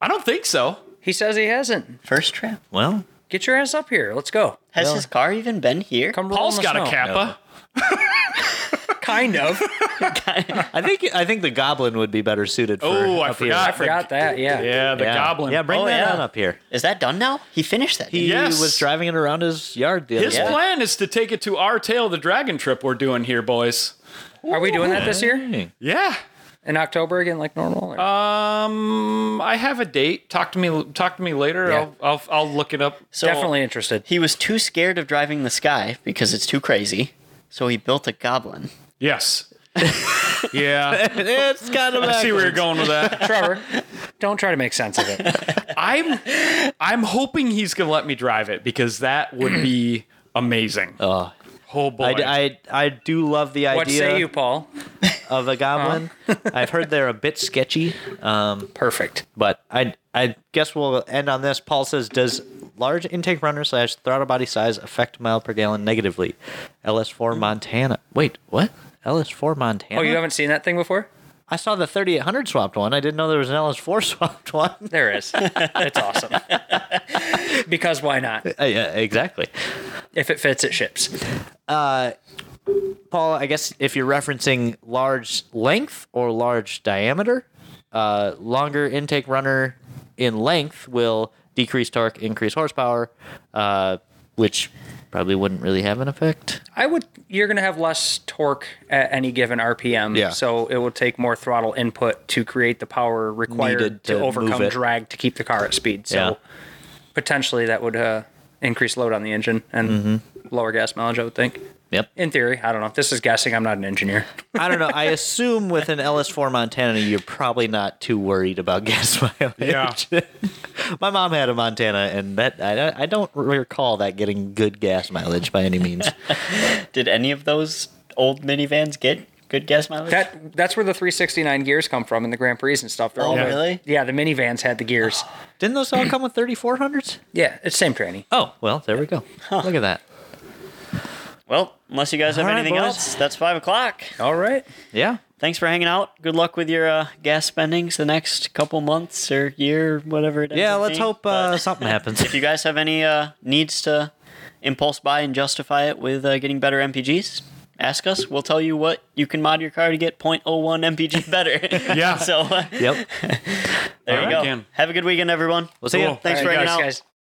[SPEAKER 3] I don't think so.
[SPEAKER 4] He says he hasn't.
[SPEAKER 1] First trip.
[SPEAKER 2] Well,
[SPEAKER 4] Get your ass up here. Let's go.
[SPEAKER 1] Has his car even been here?
[SPEAKER 4] Come roll
[SPEAKER 3] Paul's
[SPEAKER 4] in the
[SPEAKER 3] got a
[SPEAKER 4] snow.
[SPEAKER 3] kappa.
[SPEAKER 4] kind of.
[SPEAKER 2] I think I think the goblin would be better suited for.
[SPEAKER 3] Oh, I
[SPEAKER 2] up here.
[SPEAKER 3] forgot.
[SPEAKER 4] I forgot that. Yeah.
[SPEAKER 3] Yeah, the
[SPEAKER 2] yeah.
[SPEAKER 3] goblin.
[SPEAKER 2] Yeah, bring
[SPEAKER 1] Oh,
[SPEAKER 2] that
[SPEAKER 1] yeah.
[SPEAKER 2] on up here.
[SPEAKER 1] Is that done now? He finished that.
[SPEAKER 2] He
[SPEAKER 1] didn't
[SPEAKER 3] Yes.
[SPEAKER 2] was driving it around his yard the other
[SPEAKER 3] Oh, His
[SPEAKER 2] day.
[SPEAKER 3] plan is to take it to our tail of the dragon trip we're doing here, boys.
[SPEAKER 4] Are we doing that this year
[SPEAKER 3] Yeah.
[SPEAKER 4] in October again, like normal? or-
[SPEAKER 3] Um, I have a date. Talk to me. Talk to me later.
[SPEAKER 4] Yeah.
[SPEAKER 3] I'll, I'll I'll look it up.
[SPEAKER 1] So
[SPEAKER 4] Definitely interested.
[SPEAKER 1] He was too scared of driving the sky because it's too crazy. So he built a goblin.
[SPEAKER 3] Yes. yeah.
[SPEAKER 2] it's kind of.
[SPEAKER 3] I see where you're
[SPEAKER 2] backwards.
[SPEAKER 3] going with that.
[SPEAKER 4] Trevor, don't try to make sense of it.
[SPEAKER 3] I'm I'm hoping he's gonna let me drive it because that would be amazing.
[SPEAKER 2] Oh.
[SPEAKER 3] oh boy.
[SPEAKER 2] I, I, I do love the
[SPEAKER 4] What say
[SPEAKER 2] idea
[SPEAKER 4] you, Paul?
[SPEAKER 2] of a goblin. I've heard they're a bit sketchy, um,
[SPEAKER 4] Perfect.
[SPEAKER 2] but I I guess we'll end on this. Paul says, "Does large intake runner slash throttle body size affect mile per gallon negatively?" LS4 Montana. Wait, what? LS4 Montana.
[SPEAKER 4] Oh, you haven't seen that thing before?
[SPEAKER 2] I saw the 3800 swapped one. I didn't know there was an LS4 swapped one.
[SPEAKER 4] There is. It's awesome. because why not?
[SPEAKER 2] Uh, yeah, exactly.
[SPEAKER 4] If it fits, it ships.
[SPEAKER 2] Paul, I guess if you're referencing large length or large diameter, uh, longer intake runner in length will decrease torque, increase horsepower, uh, which probably wouldn't really have an effect.
[SPEAKER 4] I would. You're going to have less torque at any given RPM.
[SPEAKER 2] Yeah.
[SPEAKER 4] So it will take more throttle input to create the power required
[SPEAKER 2] Needed
[SPEAKER 4] to,
[SPEAKER 2] to move
[SPEAKER 4] overcome
[SPEAKER 2] it.
[SPEAKER 4] drag to keep the car at speed. So
[SPEAKER 2] Yeah.
[SPEAKER 4] potentially that would uh, increase load on the engine and
[SPEAKER 2] Mm-hmm.
[SPEAKER 4] lower gas mileage. I would think.
[SPEAKER 2] Yep.
[SPEAKER 4] In theory, I don't know. This is guessing. I'm not an engineer.
[SPEAKER 2] I don't know. I assume with an LS4 Montana, you're probably not too worried about gas mileage.
[SPEAKER 3] yeah.
[SPEAKER 2] My mom had a Montana, and that I, don't- I don't recall that getting good gas mileage by any means.
[SPEAKER 1] Did any of those old minivans get good gas mileage?
[SPEAKER 4] That that's where the 369 gears come from in the Grand Prix and stuff. They're all
[SPEAKER 1] oh,
[SPEAKER 4] the-
[SPEAKER 1] really?
[SPEAKER 4] Yeah, the minivans had the gears.
[SPEAKER 2] Didn't those all come with 3400s?
[SPEAKER 4] Yeah, it's same tranny.
[SPEAKER 2] Oh, well, there we go. Look at that.
[SPEAKER 1] Well, unless you guys have
[SPEAKER 2] All right,
[SPEAKER 1] anything
[SPEAKER 2] boys.
[SPEAKER 1] else, that's five o'clock.
[SPEAKER 4] All right.
[SPEAKER 2] Yeah.
[SPEAKER 1] Thanks for hanging out. Good luck with your uh, gas spendings the next couple months or year, whatever it is.
[SPEAKER 2] Yeah, let's hope uh, something happens.
[SPEAKER 1] if you guys have any uh, needs to impulse buy and justify it with uh, getting better MPGs, ask us. We'll tell you what you can mod your car to get 0.01 MPG better.
[SPEAKER 3] Yeah.
[SPEAKER 1] so uh,
[SPEAKER 2] yep.
[SPEAKER 1] there you
[SPEAKER 3] All right.
[SPEAKER 1] go.
[SPEAKER 3] Again.
[SPEAKER 1] Have a good weekend, everyone.
[SPEAKER 2] We'll see ya.
[SPEAKER 3] Cool.
[SPEAKER 1] Thanks
[SPEAKER 4] All
[SPEAKER 1] for
[SPEAKER 4] right,
[SPEAKER 1] hanging
[SPEAKER 4] guys,
[SPEAKER 1] out.
[SPEAKER 4] guys.